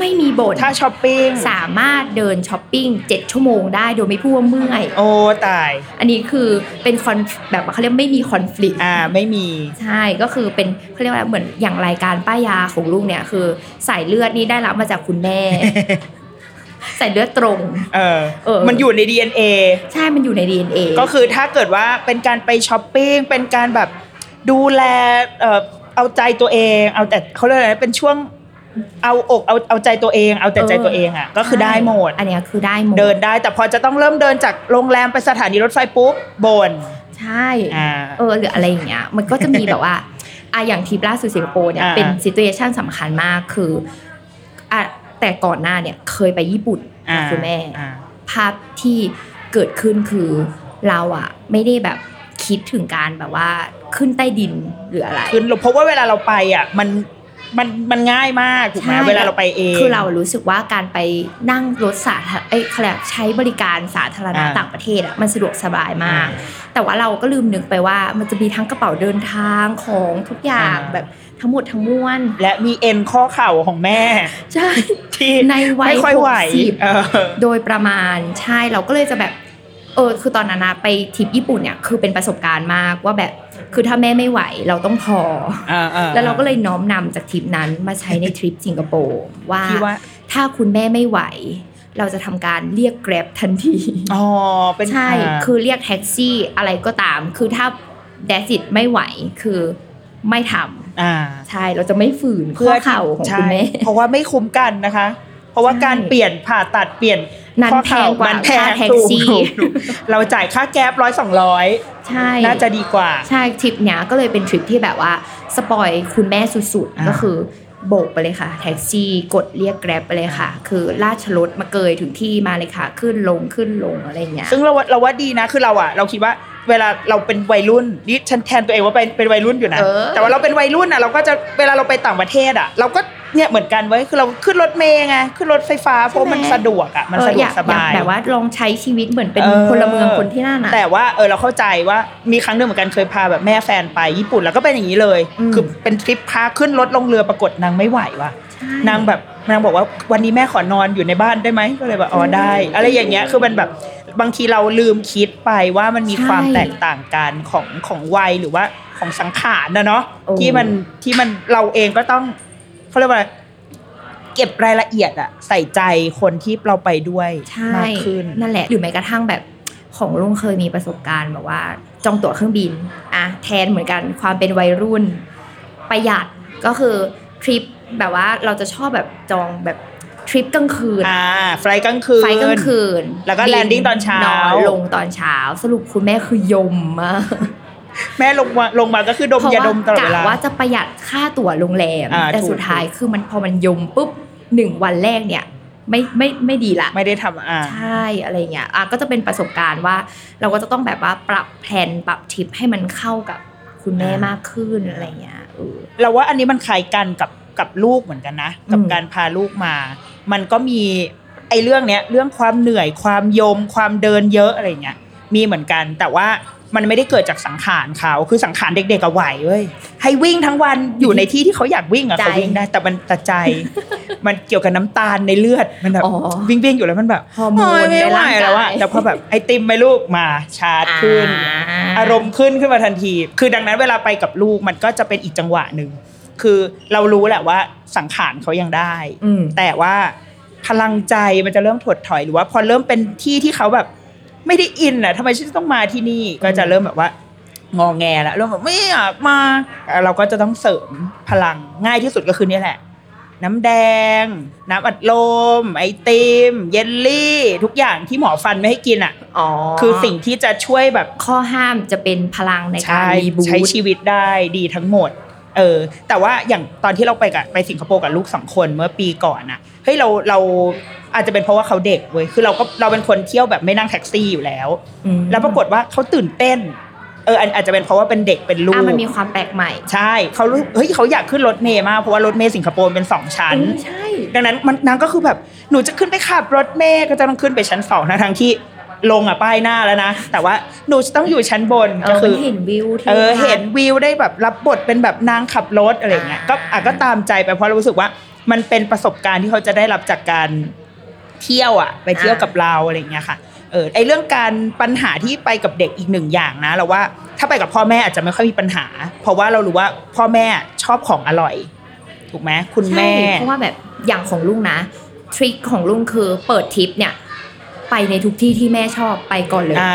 ไม่มีบ่น
ถ้าช้อปปิ้ง
สามารถเดินช้อปปิ้ง7ชั่วโมงได้โดยไม่พูดว่าเมื่อย
โอ้ตาย
อันนี้คือเป็นคอนแบบว่าเขาเรียกไม่มีคอน FLICT
อ่าไม่มี
ใช่ก็คือเป็นเขาเรียกว่าอะไรเหมือนอย่างรายการป้ายาของลูกเนี่ย คือสายเลือดนี่ได้รับมาจากคุณแม่ สายเลือดตรง
เออ
เออ
มันอยู่ใน DNA
ใช่มันอยู่ใน DNA
ก็คือถ้าเกิดว่าเป็นการไปช้อปปิ้งเป็นการแบบดูแลเออเอาใจตัวเอง เอาแต่เขาเรียกอะไรนะเป็นช่วงเอาอกเอาเอาใจตัวเอง เอาแต่ใจตัวเองอ่ะก็คือได้หมด
อันเนี้ยคือได้หมด
เดินได้แต่พอจะต้องเริ่มเดินจากโรงแรมไปสถานีรถไฟปุ๊บบ่น
ใช่
อ่า
เออหรืออะไรอย่างเงี้ยมันก็จะมีแบบว่าอ่ะอย่างทริปล่าสุดสิงคโปร์เนี่ย
อ่า
เป็นซิ t u เ t ชันสำคัญมากคืออ่ะแต่ก่อนหน้าเนี่ยเคยไปญี่ปุ่นกับคุณแม่
อ่า
ภาพที่เกิดขึ้นคือเราอะไม่ได้แบบคิดถึงการแบบว่าขึ้นใต้ดินหรืออะไร
คือเพราะว่าเวลาเราไปอ่ะมันมันมันง่ายมากถูกไหม
ใช่
เวลาเราไปเอง
คือเรารู้สึกว่าการไปนั่งรถสาธารเอ้ยเขาเรียกใช้บริการสาธารณะต่างประเทศอะมันสะดวกสบายมาก แต่ว่าเราก็ลืมนึกไปว่ามันจะมีทั้งกระเป๋าเดินทางของทุกอย่างแบบทั้งหมดทั้งมวล
และมีเอ็นข้อเข่าของแม่
ใช่
ที่
ในวัย
ไม่ค่อยไหว
สิบ
เออ
โดยประมาณใช่เราก็เลยจะแบบเออคือตอนนั้นนะไปทริปญี่ปุ่นเนี่ยคือเป็นประสบการณ์มากว่าแบบคือถ้าแม่ไม่ไหวเราต้องพอ แล้วเราก็เลยน้อมนำจากทริปนั้นมาใช้ ในทริปสิงคโปร์ว่า
ที่ว่า
ถ้าคุณแม่ไม่ไหว เราจะทำการเรียกแกร็บทันที
อ๋อเป็น
ใช่
า
คือเรียกแท็กซี่อะไรก็ตาม คือถ้าแดซิตไม่ไหวคือไม่ทำ
อ่า
ใช่เราจะไม่ฝืนข้อเข่าของคุณแม่
ใช่เพราะว่าไม่คุ้มกันนะคะ เพราะว่า
ใช่
การเปลี่ยนผ่าตัดเปลี่ยน
นั้น
ข้อเข่า
แพงกว่า
มันแพง
ค่าแท็กซี่
ถูก ถูกถูกเราจ่ายค่าแก๊ปร้อยสองร้อย
ใช่
น่าจะดีกว่า
ใช่ทริปเนี้ยก็เลยเป็นทริปที่แบบว่าสปอยคุณแม่สุด
อ่า
ๆ ก็คือโบกไปเลยค่ะ แท็กซี่กดเรียกแกร็บไปเลยค่ะ คือราชรถมาเกยถึงที่มาเลยค่ะ ขึ้นลงขึ้นลงอะไรอย่างเงี้ย
ซึ่งเราว่าเราว่าดีนะคือเราอะเราคิดว่าเวลาเราเป็นวัยรุ่นนี่ฉันแทนตัวเองว่าเป็นเป็นวัยรุ่นอยู่นะ
เออ
แต่ว่าเราเป็นวัยรุ่นอะเราก็จะเวลาเราไปต่างประเทศอะเราก็ เนี่ยเหมือนกันเว้ยคือเราขึ้นรถเมย์ไงขึ้นรถไฟฟ้าเพราะมันสะดวกอ่ะมัน
เออ
สะด
อ
วก
ยาก
ส
อบ
าก ย
แบบว่าลองใช้ชีวิตเหมือนเป็น
เออ
พลเมืองคนที่นั่นอะ
แต่ว่าเออเราเข้าใจว่ามีครั้งหนึ่งเหมือนกันเคยพาแบบแม่แฟนไปญี่ปุ่นแล้วก็เป็นอย่างนี้เลย
อืม
คือเป็นทริปพาขึ้นรถลงเรือปรากฏนางไม่ไหวว่ะ
ใช่
นางแบบนางบอกว่าวันนี้แม่ขอนอนอยู่ในบ้านได้ไหมก็เลยแบบอ๋อได้ อะไรอย่างเงี้ยคือมันแบบบางทีเราลืมคิดไปว่ามันมีความแตกต่างกันของของวัยหรือว่าของสังขารนะเนาะที่มันที่มันเราเองก็ต้องเขาเรียกว่าอะไรเก็บรายละเอียดอะใส่ใจคนที่เราไปด้วย
ใช่
มากขึ้น
นั่นแหละหรือแม้กระทั่งแบบของลุงเคยมีประสบการณ์แบบว่า จองตั๋วเครื่องบินอะแทนเหมือนกันความเป็นวัยรุ่น ประหยัดก็คือทริปแบบว่าเราจะชอบแบบจองแบบทริปกลางคืน
อ่าไฟล์กลางคืน
ไฟล์กลางคืน
แล้วก็
บิ
landing ตอนเช้า
ลงตอนเช้า สรุปคุณแม่คือยมมาก
แม่ลงมาลงมาก็คือดมยาดมตลอดเวลา
พระกะว่าจะประหยัดค่าตั๋วโรงแรม
อ่า
แต่
ถูก
สุดท้ายคือมันพอมันยมปุ๊บหนึ่งวันแรกเนี่ย ไม่ไม่ไม่ดีละ
ไม่ได้ทำอ่า
ใช่อะไรเงี้ยอ่ะก็จะเป็นประสบการณ์ว่า เราก็จะต้องแบบว่าปรับแผนปรับทริปให้มันเข้ากับคุณแม่
อ่าม
มากขึ้นอะไรเงี้ยเออ
เราว่าอันนี้มันคล้ายกันกับกับลูกเหมือนกันนะ กับ
อืม
การพาลูกมา มันก็มีไอ้เรื่องเนี้ย เรื่องความเหนื่อยความยม ความเดินเยอะอะไรเงี้ยมีเหมือนกัน แต่ว่ามันไม่ได้เกิดจากสังขารเขาคือสังขารเด็กๆอะไหวเว้ยให้วิ่งทั้งวันอยู่ในที่ที่เขาอยากวิ่งอะ
ใจ
เขาวิ่งได้แต่มันแต่ ใจ มันเกี่ยวกับน้ำตาลในเลือดมันแบบ
อ๋อ
วิ่งวิ่งๆอยู่แล้วมันแบบ
ฮอร์โม
โอ๊ย
น
ไม่
ใน
ไหว
ร่าง
แล้ว
กา
อะ
ย
แต่พอแบบไอติมไหมลูกมาชาร์จขึ้น อารมณ์ขึ้นขึ้นมาทันที คือดังนั้นเวลาไปกับลูกมันก็จะเป็นอีกจังหวะหนึ่ง คือเรารู้แหละว่าสังขารเขายังได้
อืม
แต่ว่าพลังใจมันจะเริ่มถดถอยหรือว่าพอเริ่มเป็นที่ที่เขาแบบ ไม่ได้อินอ่ะทำไมฉันต้องมาที่นี่ ก็จะเริ่มแบบว่างอแงแล้วเริ่มแบบไม่อยากมาอ่ะเราก็จะต้องเสริมพลังง่ายที่สุดก็คือเนี่ยแหละ น้ำแดง น้ำอัดลม ไอติม เยลลี่ ทุกอย่างที่หมอฟันไม่ให้กินอ่ะ
อ๋อ
คือสิ่งที่จะช่วยแบบ
ข้อห้ามจะเป็นพลังในการ
ใช่
รีบู
ใช้
ต
ชีวิตได้ดีทั้งหมด เออ แต่ว่าอย่างตอนที่เราไปกับไปสิงคโปร์กับลูกสองคนเมื่อปีก่อนน่ะเฮ้ยเราเราอาจจะเป็นเพราะว่าเขาเด็กเว้ยคือเราก็เราเป็นคนเที่ยวแบบไม่นั่งแท็กซี่อยู่แล้ว แล้วปรากฏว่าเขาตื่นเต้น เอออันอาจจะเป็นเพราะว่าเป็นเด็กเป็นลูก
อ่ะมันมีความแปลกใหม่
ใช่เขารู้เฮ้ยเขาอยากขึ้นรถเมย์มากเพราะว่ารถเมย์สิงคโปร์เป็นสองชั้น
อืมใช่
ดังนั้นมันนางก็คือแบบหนูจะขึ้นไปขับรถเมล์ก็จะต้องขึ้นไปชั้นสองนะทั้งที่ลงอ่ะป้ายหน้าแล้วนะแต่ว่าหนูจะต้องอยู่ชั้นบน
เอ
ก็
อ
คื
มันเห็นวิวที่
เออเห็นวิวได้แบบรับบทเป็นแบบนางขับรถอะไรอย่างเงี้ย
อ่า
ก็อ่ะก็ตามใจไปเพราะเรารู้สึกว่ามันเป็นประสบการณ์ที่เขาจะได้รับจากการเที่ยวอ่ะ ไปเที่ยวกับเราอะไรอย่างเงี้ยค่ะเออไอเรื่องการปัญหาที่ไปกับเด็กอีกหนึ่งอย่างนะเราว่าถ้าไปกับพ่อแม่อาจจะไม่ค่อยมีปัญหา เพราะว่าเรารู้ว่าพ่อแม่ชอบของอร่อย ถูกไหมคุณแม่
ใช่เพราะว่าแบบอย่างของลุงนะ ทริคของลุงคือเปิดทริปเนี่ย ไปในทุกที่ที่แม่ชอบไปก่อนเลย
อ่า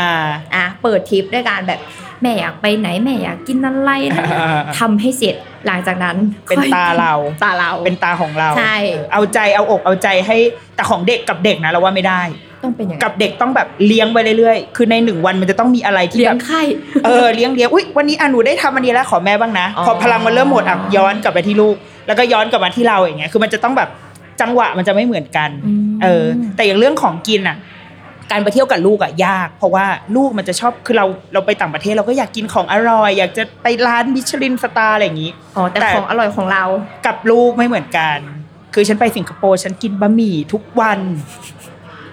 อ่ะเปิดทริปด้วยการแบบแม่อยากไปไหนแม่อยากกินอะไร นะ
อ่า
ทำให้เสร็จหลังจากนั้น
เป็น
ค่อย
ตาเรา
ตาเรา
เป็นตาของเรา
ใช่
เอาใจเอาอกเอาใจให้แต่ของเด็กกับเด็กนะเราว่าไม่ได้
ต้องเป็นอย่างนั้น
กับเด็กต้องแบบเลี้ยงไปเรื่อยๆ คือในหนึ่งวันมันจะต้องมีอะไรที่
เลี้ย
แบ
ง
บ
ไข่
เออเลี้ยงเลี้ยงอุ้ยวันนี้อ่ะหนูได้ทำอันนี้แล้วขอแม่บ้างนะ
อ๋อ
พอพลังมันเริ่มหมดอ่ะย้อนกลับไปที่ลูก แล้วก็ย้อนกลับมาที่เราอย่างเงี้ย คือมันจะต้องแบบจังหวะมันจะไม่เหมือนกัน
ม
เออ แต่อย่างเรื่องของกินอ่ะ การไปเที่ยวกับลูกอ่ะยาก เพราะว่าลูกมันจะชอบคือเราเราไปต่างประเทศเราก็อยากกินของอร่อย อยากจะไปร้านมิชลินสตาร์อะไรอย่างงี้
อ๋อแต่
แต่
ของอร่อยของเรา
กับลูกไม่เหมือนกัน คือฉันไปสิงคโปร์ฉันกินบะหมี่ทุกวัน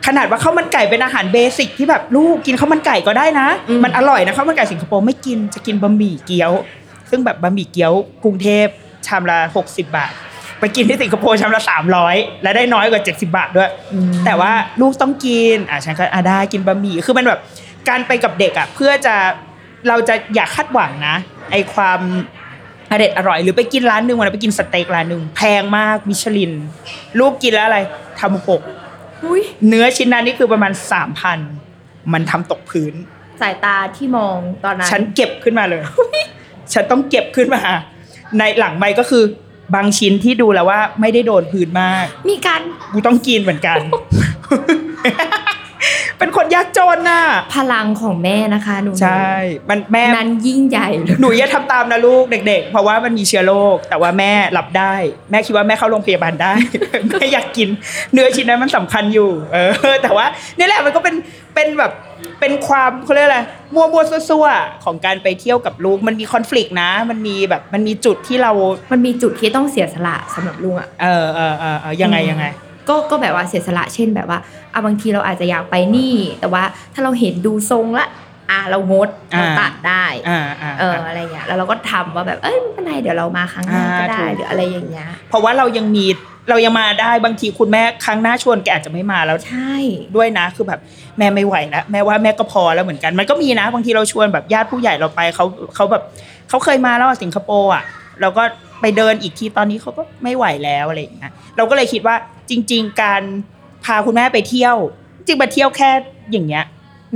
ขนาดว่าข้าวมันไก่เป็นอาหารเบสิกที่แบบลูกกินข้าวมันไก่ก็ได้นะ
อืม
มันอร่อยนะข้าวมันไก่สิงคโปร์ไม่กินจะกินบะหมี่เกี๊ยว ซึ่งแบบบะหมี่เกี๊ยวกรุงเทพชามละ60 บาท ไปกินที่สิงคโปร์ชามละ300 และได้น้อยกว่า 70 บาทด้วย
อืม
แต่ว่าลูกต้องกิน อ่ะฉันก็อ่ะได้กินบะหมี่ คือมันแบบการไปกับเด็กอ่ะเพื่อจะเราจะอย่าคาดหวังนะ ไอความอร่อยอร่อยหรือไปกินร้านหนึ่งวันนนไปกินสเต็กร้านหนึ่งแพงมากมิชลิน ลูกกินแล้วอะไรทำหก
อุ๊ย
เนื้อชิ้นนั้นนี่คือประมาณสามพันมันทำตกพื้น
สายตาที่มองตอนนั้น
ฉันเก็บขึ้นมาเลย ฉันต้องเก็บขึ้นมา ในหลังไมค์ก็คือบางชิ้นที่ดูแล้วว่าไม่ได้โดนพื้นมาก
มีการ
กูต้องกินเหมือนกัน เป็นคนยากจนน่ะ
พลังของแม่นะคะหนู
ใช่ มันแม่
นั้นยิ่งใหญ่เลย
หนูอย่าทำตามนะลูกเด็ก ๆ เพราะว่ามันมีเชื้อโรค แต่ว่าแม่รับได้ แม่คิดว่าแม่เข้าโรงพยาบาลได้ แม่อยากกิน เนื้อชิ้นนั้นมันสำคัญอยู่ เออ แต่ว่าเนี่ยแหละมันก็เป็นเป็นแบบ เป็นความเขาเรียกอะไรมัวมัวๆซั่วๆของการไปเที่ยวกับลูกมันมีคอน FLICT นะ มันมีแบบมันมีจุดที่เรา
มันมีจุดที่ต้องเสียสละสำหรับลุงอะ
เออเออเออเออยังไงยังไง
ก็ก็แบบว่าเสียสละเช่นแบบว่าอ่ะบางทีเราอาจจะอยากไปนี่ แต่ว่าถ้าเราเห็นดูทรงละอ่ะเรางดเรา
อ่า
ตัดได้
อ่าอ่า
เออ
อ่า
อะไรอย่างเงี้ยแล้วเราก็ทำว่าแบบเอ้ยไม่เป็นไรเดี๋ยวเรามาครั้งหน้าก็ได้
อ่า
ห
ถูก
รืออะไรอย่างเงี้ย
เพราะว่าเรายังมีเรายังมาได้บางทีคุณแม่ครั้งหน้าชวนแกอาจจะไม่มาแล้ว
ใช่
ด้วยนะคือแบบแม่ไม่ไหวแล้วแม่ว่าแม่ก็พอแล้วเหมือนกัน มันก็มีนะบางทีเราชวนแบบญาติผู้ใหญ่เราไปเขาเขาแบบเขาเคยมาแล้วอะสิงคโปร์อ่ะเราก็ไปเดินอีกทีตอนนี้เขาก็ไม่ไหวแล้วอะไรอย่างเงี้ยเราก็เลยคิดว่าจริง ๆ การพาคุณแม่ไปเที่ยว จริงๆไปเที่ยวแค่อย่างเงี้ย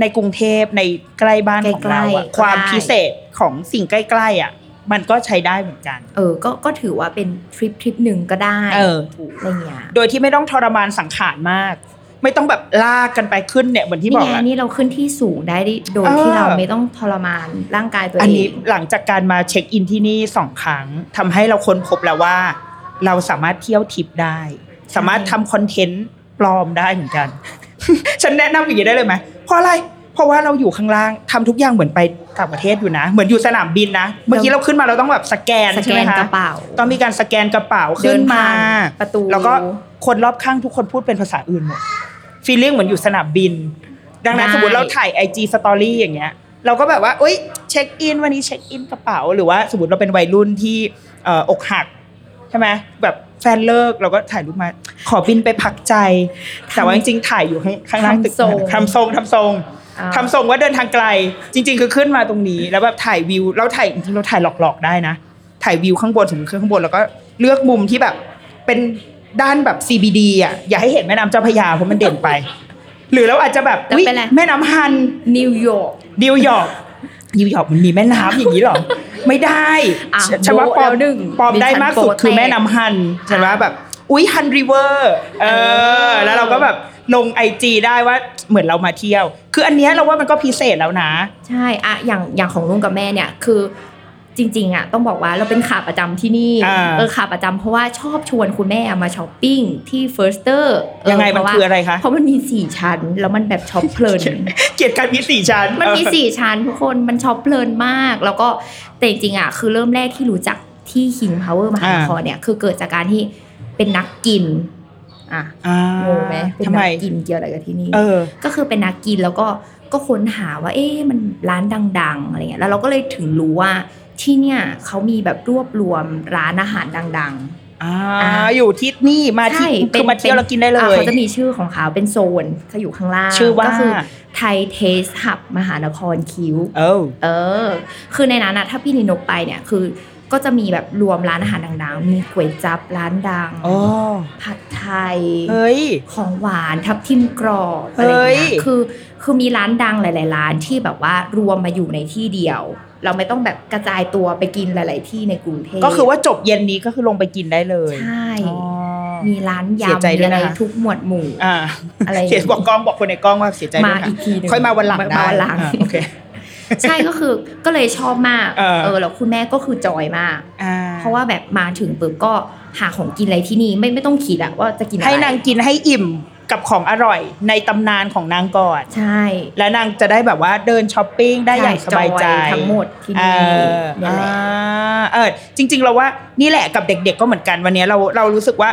ในกรุงเทพในใกล้บ้านของเราอะความพิเศษของสิ่งใกล้ๆอ่ะมันก็ใช้ได้เหมือนกัน
เออก็ก็ถือว่าเป็นทริปทริปหนึ่งก็ได้
เออ
อะไรเงี้ย
โดยที่ไม่ต้องทรมานสังขารมาก ไม่ต้องแบบลากกันไปขึ้นเนี่ยเหมือนที่
นี่
บอก
ไง
อะ
นี่เราขึ้นที่สูงได้ดิโดย
เออ
ที่เราไม่ต้องทรมานร่างกายตัว
อัน
เอ
นี้
ง
หลังจากการมาเช็คอินที่นี่สองครั้งทำให้เราค้นพบแล้วว่า เราสามารถเที่ยวทริปได้ สามารถทำคอนเทนต์ปลอมได้เหมือน กัน ฉันแนะนำอย่างนี้ได้เลยไหมเพราะอะไร เพราะว่าเราอยู่ข้างล่างทำทุกอย่างเหมือนไปต่างประเทศอยู่นะ เหมือนอยู่สนามบินนะ เมื่อกี้เราขึ้นมาเราต้องแบบสแกน
ส
ใช่
แก
ไหม
นก
คะ
ระเป๋า
ต้องมีการสแกนกระเป๋า
เดิ
ขึ้นมา
ผ่ประตู
แล้วก็คนรอบข้างทุกคนพูดเป็นภาษาอื่นหมดฟีลลิ่งเหมือนอยู่สนามบิน ดังนั้น
ได้
สมมติเราถ่าย IG Story อย่างเงี้ย เราก็แบบว่าเอ้ยเช็คอินวันนี้เช็คอินกระเป๋า หรือว่าสมมติเราเป็นวัยรุ่นที่เอ่ออกหัก ใช่ไหมแบบแฟนเลิกเราก็ถ่ายรูปมา ขอบินไปพักใจ แต่ว่าจริงๆ ถ่ายอยู่ข้างข้างล่างตึกทำทรงทำทรง
อ่า
ทำทรงว่าเดินทางไกล จริง ๆ คือขึ้นมาตรงนี้ แล้วแบบถ่ายวิวเราถ่ายจริงๆเราถ่ายหลอกๆได้นะ ถ่ายวิวข้างบนถึงข้างบนแล้วก็เลือกมุมที่แบบเป็นด้านแบบ CBD อ่ะอย่าให้เห็นแม่น้ำเจ้าพระยาเพราะมันเด่นไป หรือเราอาจจะแบบ
แล้ว
อุ๊ย
เป็นไร
แม่น้ำฮัน
นิวยอร์ก
นิวยอร์กนิวยอร์กมันมีแม่น้ำอย่างนี้หรอ ไม่ได้
อ่ะ
ฉฉันว่าปลอ
โบ๊ะ
ม
แล้วหนึ่ง
ปลอมได้มากสุ
ดิฉัน
ด
โบ๊ะ
คือ
แตก
แม่น้ำฮันฉันว่าแบบ อุ๊ยฮันริเวอร์เออ
เออ
แล้วเราก็แบบลงไอจีได้ว่าเหมือนเรามาเที่ยว คืออันเนี้ยเราว่ามันก็พิเศษแล้วนะ
ใช่อะอย่างอย่างของลุงกับแม่เนี่ยคือจริงๆอะต้องบอกว่าเราเป็นขาประจำที่นี่
อ่า
เออขาประจำเพราะว่าชอบชวนคุณแม่มาช้อปปิ้งที่ Firster เออ
ยังไงมัน
เพาว่า
คืออะไรคะ
เพราะมันมีสี่ชั้นแล้วมันแบบช็อปเพลิน
เกียรติการพิสีชั้น
มันมี
เออ
สี่ชั้นทุกคนมันช็อปเพลินมาก แล้วก็แต่จริงๆอ่ะคือเริ่มแรกที่รู้จักที่ King Power มหานครเนี่ยคือเกิดจากการที่เป็นนักกินอ่ะ
อ่าง
งไหมเป็น
ทำ
นั
ไม
กกินเกี่ยวอะไรกับที่นี่
เออ
ก็คือเป็นนักกินแล้วก็ก็ค้นหาว่า เอ๊ะมันร้านดัง ๆอะไรเงี้ยแล้วเราก็เลยถึงรู้ว่าที่เนี่ยเขามีแบบรวบรวมร้านอาหารดัง
อ่า
อ่า
อยู่ที่นี่มา
ๆ
ที่
ใช่ป็
คื
น
อมาเที่ยวเรากินได้เล
อ่ะ
ย
เขาจะมีชื่อของเขาเป็นโซนเขาอยู่ข้างล่าง
ชื่อว่า
ก็คือไทยเทสหับมหานครคิ้ว
เออ
เออ คือในนั้นนะถ้าพี่นินกไปเนี่ยคือก็จะมีแบบรวมร้านอาหารดังๆ มีก๋วยจั๊บร้านดัง
โอ้
ผัดไทย
เฮ้ย
ของหวานทับทิมกรอบอะไรอย่าง
เฮ้
เงี้
ย
ยคือคือมีร้านดังหลาย ๆ ร้านที่แบบว่ารวมมาอยู่ในที่เดียว เราไม่ต้องแบบกระจายตัวไปกินหลาย ๆ ที่ในกรุงเทพ
ก็คือว่าจบเย็นนี้ก็คือลงไปกินได้เลย
ใช่
อ๋อ
มีร้าน
เสีย
ยำ
ใจ
มี
ด้วย
อะไร
นะคะ
ทุกหมวดหมู่
อ่า
อะไรอย่าง
เสีย
เงี้ย
บอกกล้องบอกคนในกล้องว่าเสียใจด้
มา
วยค่ะ
อีกทีหนึง
ค่อยมาวันหลัง
มา
ได้
วันหลัง
อ่าโอเค
ใช่ก็คือก็เลยชอบมาก
เออ
แล้วคุณแม่ก็คือจอยมาก
อ่า
เพราะว่าแบบมาถึงปุ๊บก็หาของกินอะไรที่นี่ไม่ไม่ต้องคิดอะว่าจะกินอะไร
ให้นางกินให้อิ่มกับของอร่อยในตำนานของนางก่อน
ใช่
และนางจะได้แบบว่าเดินช้อปปิ้งได้อย่างสบายใจ
ทั้งหมดที่
เอ
นี่
อ
เนี่ยแหละ
อ่าเออจริง ๆ เราว่านี่แหละกับเด็ก ๆ ก็เหมือนกันวันนี้เราเรารู้สึกว่า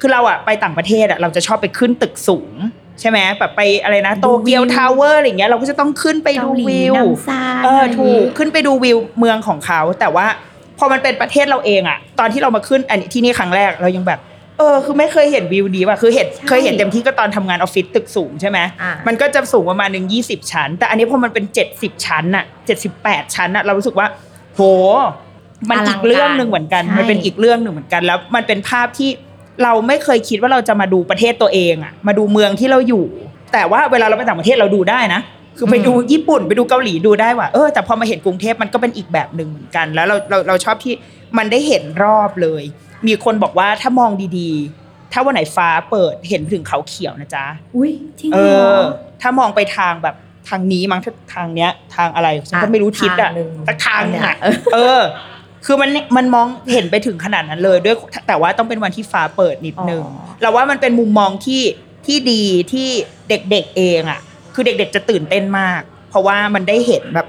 คือเราอะไปต่างประเทศอะเราจะชอบไปขึ้นตึกสูง ใช่ไหมแบบไปอะไรนะโต
ดูวิว
เกียวทาวเวอร์อะไรอย่างเงี้ยเราก็จะต้องขึ้นไปดู
เกาหลี
วิว
น้ำซาน
เออ
อะไร
ถู
นี้
กขึ้นไปดูวิวเมืองของเขา แต่ว่าพอมันเป็นประเทศเราเองอะตอนที่เรามาขึ้นอันนี้ที่นี่ครั้งแรกเรายังแบบ เออ คือไม่เคยเห็นวิวดีว่ะคือเห็นเคยเห็นเต็มที่ก็ตอนทำงานออฟฟิศตึกสูงใช่ไหม
อ่ะ
มันก็จะสูงประมาณหนึ่งยี่สิบชั้น แต่อันนี้พอมันเป็นเจ็ดสิบชั้นน่ะเจ็ดสิบแปดชั้นน่ะเรารู้สึกว่า โห มันอีกเรื่องหนึ่งเหมือนกัน
ใช่
มันเป็นอีกเรื่องหนึ่งเหมือนกันแล้ว มันเป็นภาพที่เราไม่เคยคิดว่าเราจะมาดูประเทศตัวเองอะมาดูเมืองที่เราอยู่ แต่ว่าเวลาเราไปต่างประเทศเราดูได้นะ คือไป
อืม
ดูญี่ปุ่นไปดูเกาหลีดูได้ว่ะเออแต่พอมาเห็นกรุงเทพมันก็เป็นอีกแบบหนึ่งเหมือนกัน แล้วเราเราเราชอบที่มันได้เห็นรอบเลย มีคนบอกว่าถ้ามองดีๆ ถ้าวันไหนฟ้าเปิดเห็นถึงเขาเขียวนะจ๊ะ
อุ้ยจริงเห
เอ
ร
อ
อ
ถ้ามองไปทางแบบทางนี้มั้งถ้าทางเนี้ย ทางอะไรฉันก็
อ่ะ
ไม่รู้ทิศอ่ะ
ทางหนึ่ง
สักทางหนึ่งอ่ะ
เออ
เออ คือมันมันมองเห็นไปถึงขนาดนั้นเลยด้วยแต่ว่าต้องเป็นวันที่ฟ้าเปิดนิดนึง เราว่ามันเป็นมุมมองที่ที่ดีที่เด็กๆเองอ่ะ คือเด็กๆจะตื่นเต้นมาก เพราะว่ามันได้เห็นแบบ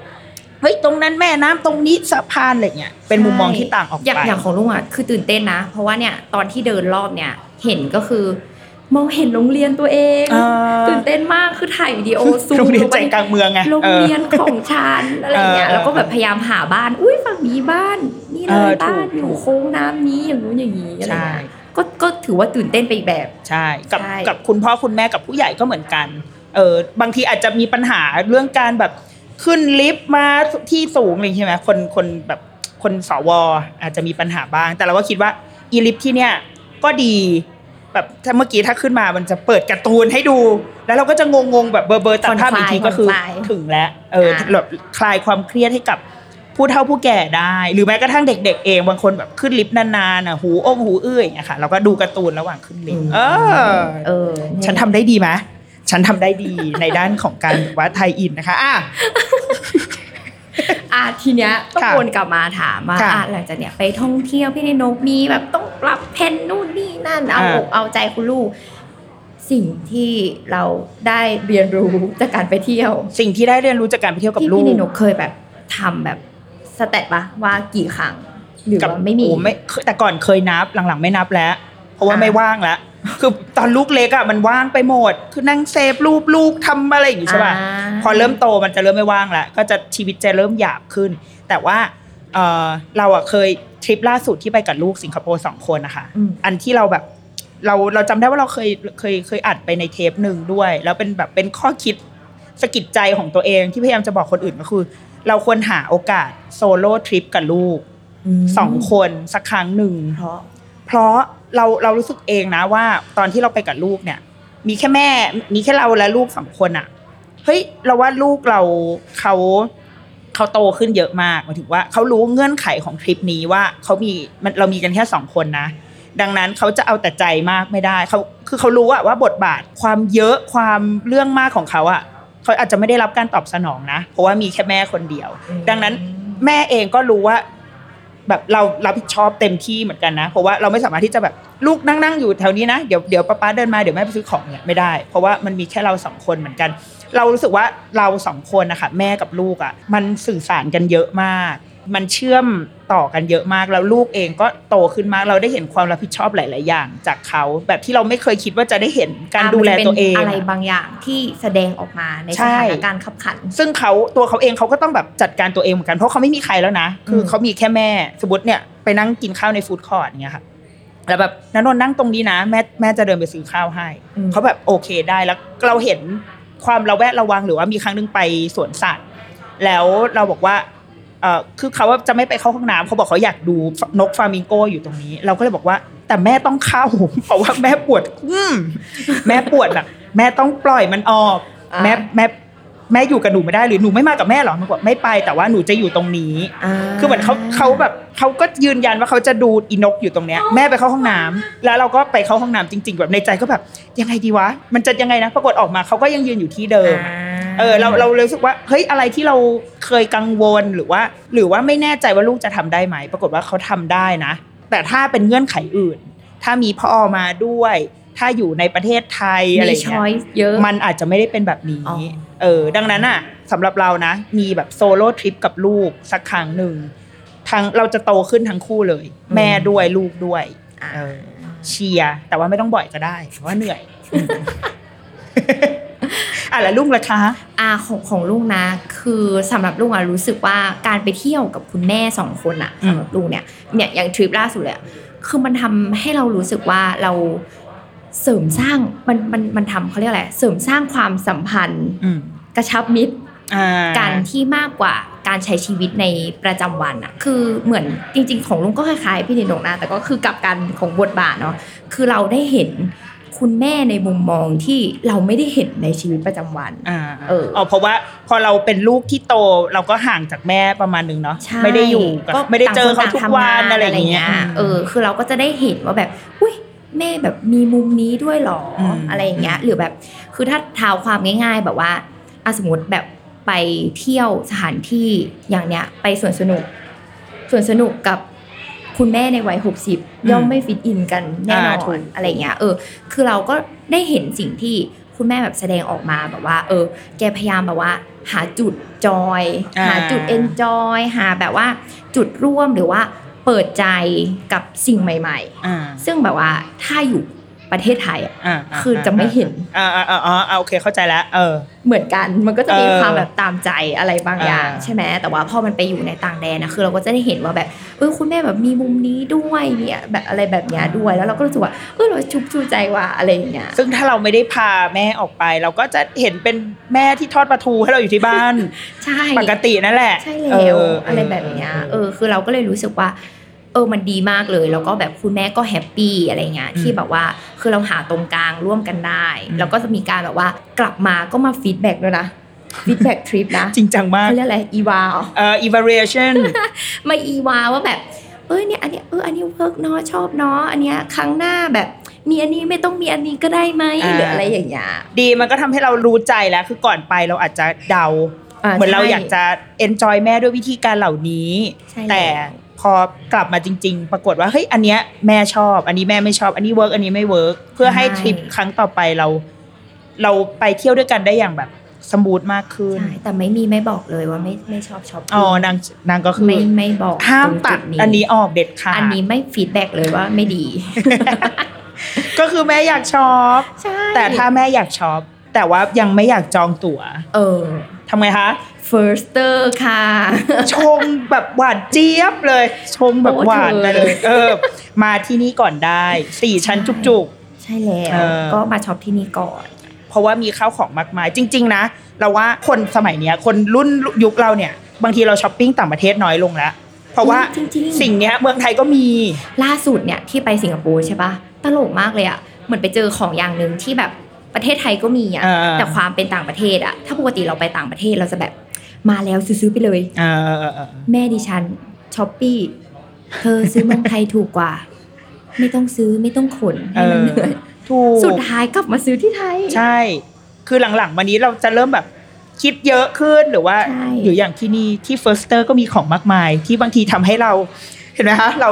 เฮ้ยตรงนั้นแม่น้ำตรงนี้สะพานอะไรเงี้ยเป็นมุมมองที่ต่างออกไป
ย่างอย่างของลุงอ่ะคือตื่นเต้นนะ เพราะว่าเนี่ยตอนที่เดินรอบเนี่ยเห็นก็คือ มองเห็นโรงเรียนตัวเอง
อ่า
ตื่นเต้นมากคือถ่ายวิดีโอซูม
โรงเรียน
ลง
ใจ
ไป
กลางเมืองไง
โรง
ออ
เรียนของฉันอะไรเงี้ย
เออเออ
แล้วก็แบบพยายามหาบ้าน อุ้ยฝั่งนี้บ้าน นี่เล
เอย อถูก
บ้านอยู่โค้งน้ำนี้อย่างนู้นอย่างนี้อะไร
ใช่
เงี้ยก็ก็ถือว่าตื่นเต้นไปอีกแบบ
ใช่กับ
ใช่
กับคุณพ่อคุณแม่กับผู้ใหญ่ก็เหมือนกันเออบางทีอาจจะมีปัญหาเรื่องการแบบขึ้นลิฟต์มาที่สูงอะไรอย่างงี้ใช่ไหมคนคนแบบคนสวอาจจะมีปัญหาบ้าง แต่เราก็คิดว่าอีลิฟต์ที่เนี่ยก็ดีแบบถ้าเมื่อกี้ถ้าขึ้นมามันจะเปิดการ์ตูนให้ดู แล้วเราก็จะงงๆแบบเบอร์เบอร์ตัดภาพอีกทีก็คือ
ผ่อนคลายผ่อนคลาย
ถึงแล้วเออ
ค่ะ
แบบคลายความเครียดให้กับผู้เฒ่าผู้แก่ได้ หรือแม้กระทั่งเด็ก ๆ เองบางคนแบบขึ้นลิฟต์นานๆอ่ะหูอ้งหูอื้ออย่างเงี้ยค่ะเราก็ดูการ์ตูนระหว่างขึ้นลิฟต์เออ
เออ
ฉันทำได้ดีไหมฉันทำได้ดี ในด้านของการแบบว่าไทยอินนะคะอ่ะ
อ่ะทีเนี้ยต้อง
ค่ะ
วนกลับมาถามว่า
ค่ะ
อ่ะหลังจากเนี้ยไปท่องเที่ยวพี่ในนกมีแบบต้องปรับเพนนู่นนี่นั่นเอา
อ่า
อกเอาใจคุณลูก สิ่งที่เราได้เรียนรู้จากการไปเที่ยว
สิ่งที่ได้เรียนรู้จากการไปเที่ยวกับ
ที่
ลู
พี่
ก
นิโนเคยแบบทำแบบสเตตปะว่ากี่ครั้ง หรือ
กับ
ว่าไม่มี
โอ้ไม่แต่ก่อนเคยนับหลังๆไม่นับแล้ว เพราะว่า
อ่า
ไม่ว่างแล้วคือตอนลูกเล็กอะมันว่างไปหมด คือนั่งเซฟรูปลูกทำอะไรอย่างงี้ใช่ป่ะ
อ่า
พอเริ่มโตมันจะเริ่มไม่ว่างแล้ว ก็จะชีวิตจะเริ่มหยาบขึ้น แต่ว่าเอ่อเราอะเคยทริปล่าสุดที่ไปกับลูกสิงคโปร์สองคนนะคะ
อืม
นที่เราแบบเราเราจำได้ว่าเราเคยเคยเคยอัดไปในเทปหนึ่งด้วย แล้วเป็นแบบเป็นข้อคิดสะกิดใจของตัวเองที่พยายามจะบอกคนอื่นก็คือ เราควรหาโอกาสโซโล่ทริปกับลูก
ม
สองคนสักครั้งหนึ่ง
เพราะ
เพราะเราเรารู้สึกเองนะว่าตอนที่เราไปกับลูกเนี่ย มีแค่แม่ มีแค่เราและลูกสองคนอะเฮ้ยเราว่าลูกเราเขาเขาโตขึ้นเยอะมากหมายถึงว่าเขารู้เงื่อนไขของทริปนี้ว่าเขามีมันเรามีกันแค่สองคนนะ ดังนั้นเขาจะเอาแต่ใจมากไม่ได้เขาคือเขารู้อะว่าบทบาทความเยอะความเรื่องมากของเขาอะเขาอาจจะไม่ได้รับการตอบสนองนะ เพราะว่ามีแค่แม่คนเดียว
อืม
ดังนั้นแม่เองก็รู้ว่า แบบเรารับผิดชอบเต็มที่เหมือนกันนะ เพราะว่าเราไม่สามารถที่จะแบบลูกนั่งนั่งอยู่แถวนี้นะเดี๋ยวเดี๋ยวป้าป้าเดินมาเดี๋ยวแม่ไปซื้อของเนี่ยไม่ได้ เพราะว่ามันมีแค่เราสองคนเหมือนกัน เรารู้สึกว่าเราสองคนนะคะแม่กับลูกอะ่ะมันสื่อสารกันเยอะมาก มันเชื่อมต่อกันเยอะมากแล้วลูกเองก็โตขึ้นมากเราได้เห็นความรับผิดชอบหลาย ๆ อย่าง จากเขาแบบที่เราไม่เคยคิดว่าจะได้เห็นการ
อ่ะ
ดูแล
มันจะป็น
ตัวเอง
อะไรบางอย่างที่แสดงออกมาใน
ใช่
สถานการณ์ขับขัน
ซึ่งเขาตัวเขาเองเขาก็ต้องแบบจัดการตัวเองเหมือนกันเพราะเขาไม่มีใครแล้วนะ คือ
ม
เขามีแค่แม่สมมติเนี่ยไปนั่งกินข้าวในฟู้ดคอร์ทอย่างเงี้ยค่ะแล้วแบบนันนท์นั่งตรงนี้นะแม่แม่จะเดินไปซื้อข้าวให้ เขาแบบโอเคได้แล้วเราเห็นความระแวดระวังหรือว่ามีครั้งหนึงไปสวนสัตว์ แล้วเราบอกว่าเออคือเขาว่าจะไม่ไปเข้าห้องน้ำเขาบอกเขาอยากดูนกฟลามิงโกอยู่ตรงนี้ เราก็เลยบอกว่า แต่แม่ต้องเข้า เพราะว่าแม่ปวด อืมแม่ปวดแบบแม่ต้องปล่อยมันออก
อ่า
แม่แม่แม่อยู่กับหนูไม่ได้หรือหนูไม่มากับแม่หรอมันบอกไม่ไปแต่ว่าหนูจะอยู่ตรงนี้ คือเหมือนเขาเขาแบบเขาก็ยืนยันว่าเขาจะดูอีนกอยู่ตรงเนี้ยแม่ไปเข้าห้องน้ำแล้วเราก็ไปเข้าห้องน้ำจริง ๆ แบบในใจก็แบบยังไงดีวะ มันจะยังไงนะปรากฏออกมาเขาก็ยังยืนอยู่ที่เดิม เออเราเรารู้สึกว่าเฮ้ยอะไรที่เราเคยกังวลหรือว่า หรือว่าไม่แน่ใจว่าลูกจะทำได้ไหม ปรากฏว่าเขาทำได้นะ แต่ถ้าเป็นเงื่อนไขอื่น ถ้ามีพ่อมาด้วย ถ้าอยู่ในประเทศไทยอะไร
มี
อย่าง
ช้อย
เงี้
ยเยอะ
มันอาจจะไม่ได้เป็นแบบนี้
อ๋อ
เออ ดังนั้นอ่ะสำหรับเรานะ มีแบบโซโล่ทริปกับลูกสักครั้งหนึ่งทั้งเราจะโตขึ้นทั้งคู่เลย แม่ด้วยลูกด้วย
อ่ะ
เออ เชียร์แต่ว่าไม่ต้องบ่อยก็ได้เพราะว่าเหนื่อย อ่ะแล้วลุงล่ะคะ
อ่าของของลูกนะ คือสำหรับลูกอะรู้สึกว่าการไปเที่ยวกับคุณแม่สองคนอะ
อืม
สำหรับลูกเนี่ยเนี่ยอย่างทริปล่าสุดเลยอะคือมันทำให้เรารู้สึกว่าเราเสริมสร้างมันมันมันทำเขาเรียกอะไรเสริมสร้างความสัมพันธ์
อืม
กระชับมิตร
อ่า
กันที่มากกว่าการใช้ชีวิตในประจำวันอะคือเหมือนจริง ๆ ของลุงก็คล้ายๆพี่นิดหนกนะแต่ก็คือกลับกันของบทบาทเนาะคือเราได้เห็นคุณแม่ในมุมมองที่เราไม่ได้เห็นในชีวิตประจำวัน
อ่า
เอออ๋
อเพราะว่าพอเราเป็นลูกที่โตเราก็ห่างจากแม่ประมาณนึงเนาะ
ใช่
ไม่ได้อยู่กับไม่ได้เจอเขาทุกวัน
ต่างคต่างทำงา
อะไรอย่างเงี้ย
เออ คือเราก็จะได้เห็นว่าแบบอุ้ยแม่แบบมีมุมนี้ด้วยเหรออ
ม
อะไรอย่างเงี้ย หรือแบบคือถ้าเท้าความง่าย ๆ แบบว่าอะสมมติแบบไปเที่ยวสถานที่อย่างเนี้ย ไปสวนสนุกสวนสนุกกับคุณแม่ในวัยหกสิบย่อมไม่ฟิตอินกันแน่นอนอะไรอย่างเงี้ยเออ คือเราก็ได้เห็นสิ่งที่ คุณแม่แบบแสดงออกมาแบบว่า เออ แกพยายามแบบว่า หาจุดจอย
อ่า
หาจุดเอนจอยหาแบบว่าจุดร่วมหรือว่าเปิดใจกับสิ่งใหม่
อ่า
ๆ ซึ่งแบบว่าถ้าอยู่ประเทศไทยอะ
อ่า
คือจะไม่เห็น
อ่าอ่าอ่าอ่าอ่าโอเคเข้าใจแล้วเออ
เหมือนกันมันก็จะมี
เออ
ความแบบตามใจอะไรบางอย่าง
อ่า
ใช่ไหมแต่ว่าพอมันไปอยู่ในต่างแดนนะคือเราก็จะได้เห็นว่าแบบเออคุณแม่แบบมีมุมนี้ด้วยมีแบบอะไรแบบเนี้ยด้วยแล้วเราก็รู้สึกว่าเออเราชุบชูใจว่าอะไรอย่างเงี้ย
ซึ่งถ้าเราไม่ได้พาแม่ออกไป เราก็จะเห็นเป็นแม่ที่ทอดปลาทูให้เราอยู่ที่บ้าน
ใช่
ปกตินั่นแหละ
ใช่แล้ว
เ
อะไรแบบเนี้ยเออคือเราก็เลยรู้สึกว่า เออมันดีมากเลยแล้วก็แบบคุณแม่ก็แฮปปี้อะไรเงี้ย
อืม
ที่แบบว่าคือเราหาตรงกลางร่วมกันได้
อืม
แล้วก็จะมีการแบบว่ากลับมาก็มาฟีดแบ็กด้วย นะฟีดแบ็กทริปนะ
จริงจังมาก
เขาเรียกอะไรอีวาเหรอ
เอ่อ evaluation
มาอีวาว่าแบบ เอ้ยเนี่ยอันเนี้ยเอออันนี้เวิร์กเนาะชอบเนาะอันเนี้ยครั้งหน้าแบบ มีอันนี้ไม่ต้องมีอันนี้ก็ได้ไหม
อ่า
หรืออะไรอย่างเงี้ย
ดีมันก็ทำให้เรารู้ใจแล้ว คือก่อนไปเราอาจจะเดา เหมือนเราอยากจะ enjoy แม่ด้วยวิธีการเหล่านี้
ใช่ล้ว
แต่พอกลับมาจริง ๆ ปรากฏว่าเฮ้ยอันเนี้ยแม่ชอบ อันนี้แม่ไม่ชอบ อันนี้เวิร์กอันนี้ไม่เวิร์กเพื่อให้ทริปครั้งต่อไปเรา เราไปเที่ยวด้วยกันได้อย่างแบบสมูทมากขึ้น
ใช่แต่ไม่มีไม่บอกเลยว่าไม่ไม่ชอบชอบ
อ๋อนางนางก็คือ
ไม่ไม่บอก
ห้าม
ตรงจุ
ตัดอันนี้ออกเด็ดขาด
อันนี้ไม่ฟีดแบ็กเลยว่าไม่ดี
ก็คือแม่อยากชอบ
ใช่
แต่ถ้าแม่อยากชอบแต่ว่ายังไม่อยากจองตั๋ว
เออ
ทำไงคะ
firster ค่ะ
ชงแบบหวานเจี๊ยบเลย ชงแบบหวานไปเลย เออ มาที่นี่ก่อนได้สี่ชั้นจุก
ใช่แล้
เอ
ว
อ
ก็มาช็อปที่นี่ก่อน
ๆ เพราะว่ามีข้าวของมากมาย จริง ๆ นะ เราว่าคนสมัยเนี้ย คนรุ่นยุคเราเนี่ย บางทีเราช้อปปิ้งต่างประเทศน้อยลงแล้ว เพราะว่า
จริงๆ
สิ่งเนี้ยเมืองไทยก็มี
ล่าสุดเนี่ยที่ไปสิงคโปร์ใช่ปะตลกมากเลยอะเหมือนไปเจอของอย่างหนึ่งที่แบบประเทศไทยก็มีอะ
เออ
แต่ความเป็นต่างประเทศอะถ้าปกติเราไปต่างประเทศเราจะแบบมาแล้วซื้อๆไปเลย
เออเออเออ
แม่ดิฉันช้อปปี้เธอซื้อเมืองไทยถูกกว่า ไม่ต้องซื้อไม่ต้องขนให้มันเหนื่อย
ถูก
สุดท้ายกลับมาซื้อที่ไทย
ใช่ คือหลังๆวันนี้เราจะเริ่มแบบคิดเยอะขึ้นหรือว่า
ใช่
หรืออย่างที่นี่ที่ Firster ก็มีของมากมาย ที่บางทีทำให้เราเห็นไหมคะเรา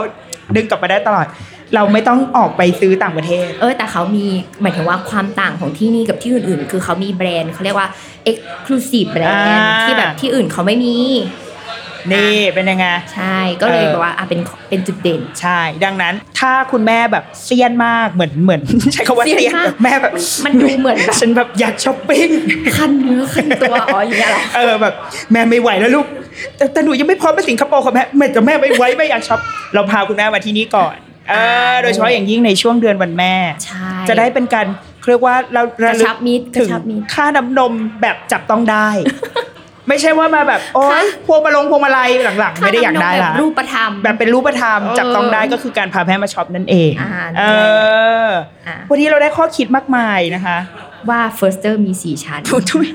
ดึงกลับมาได้ตลอด เราไม่ต้องออกไปซื้อต่างประเทศ
เออแต่เขามีหมายถึงว่าความต่างของที่นี่กับที่อื่นๆ คือเขามีแบรนด์เขาเรียกว่า exclusive แบรนด์
อ่า
ที่แบบที่อื่นเขาไม่มี
นี่เป็นยังไง
ใช่ก็เลย
เออ
แบบว่าอ่ะเป็นเป็นจุดเด่น
ใช่ ดังนั้นถ้าคุณแม่แบบเซียนมากเหมือนเห มือน ใช้คำว่า
เซียน
เซียน
มาก
แบบแม่แบบ
มันดูเหมือนแบบ
ฉันแบบอยากช้อปปิ้ง
ขั้นเนื้อขั้นตัวอ๋ออย่างเงี้ยเหรอ
เออแบบแม่ไม่ไหวแล้วลูกแต่แต่หนูยังไม่พร้อมไปสิงคโปร์ค่ะแม่แม่แต่แม่ไม่ไหวไม่อยากช้อปเราพาคุณแม่มาที่นี่ก่อนเออโดยเฉพาะอย่างยิ่งในช่วงเดือนวันแม่
ใช่
จะได้เป็นการเรียกว่าเรา
ก
ระ
ระ
ลึ
ชั
ก
บมิตรก
ถึ
ระ
ง
ชับมิตร
ค่าน้ำนมแบบจับต้องได้ ไม่ใช่ว่ามาแบบโอ๊ย
ค่ะ
พวงมาลงพวงมาลัยหลังๆ ไม่ได้อยากได้
ค่น้ำนมแบ
ละ
บรูปธรรม
แบบเป็นรูปธรรม
เออ
จับต้องได้ก็คือการพาแม่มาช็อปนั่นเอง
อ่า
เออ
ะ
วันนี้เราได้ข้อคิดมากมายนะคะ
ว่า firster มีสี่ชั้น
ทุย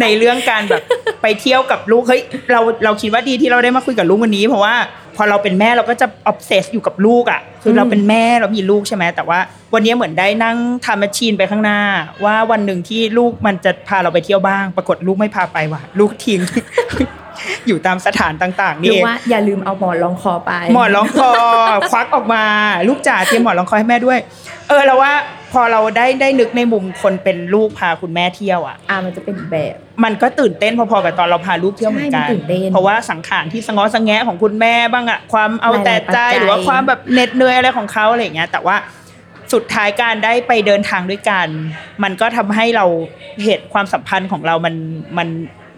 ในเรื่องการ แบบ ไปเที่ยวกับลูก เฮ้ย เราเราคิดว่าดีที่เราได้มาคุยกับลูกวันนี้ เพราะว่าพอเราเป็นแม่เราก็จะออ s เซสอยู่กับลูกอ่ะ คืออ
ม
เราเป็นแม่เรามีลูกใช่ไหมแต่ว่า วันนี้เหมือนได้นั่งทำแมชชีนไปข้างหน้า ว่าวันหนึ่งที่ลูกมันจะพาเราไปเที่ยวบ้าง ปรากฏลูกไม่พาไปว่ะ ลูกทิ้ง อยู่ตามสถานต่างๆ
หรื
นี่
อ
เอง
ว่าอย่าลืมเอาหมอนรองคอไป
หมอนรองคอ ควักออกมาลูกจ๋าเตรียมหมอนรองคอให้แม่ด้วย เออเราว่าพอเราได้ได้นึกในมุมคนเป็นลูกพาคุณแม่เที่ยวอ่ะ
อ่ะมันจะเป็นอีกแบบ
มันก็ตื่นเต้นพอๆกับตอนเราพาลูกเที่ยวเหมือนกัน
ใช่มันตื่นเต้น
เพราะว่าสังขารที่สะง้อสะแงะของคุณแม่บ้างอะความเอา
หลายๆ
แต่
ปัจ
ใจ
จัย
หรือว่าความแบบเหน็ดเหนื่อยอะไรของเขาอะไรอย่างเงี้ย แต่ว่าสุดท้ายการได้ไปเดินทางด้วยกัน มันก็ทำให้เราเห็นความสัมพันธ์ของเรามันมัน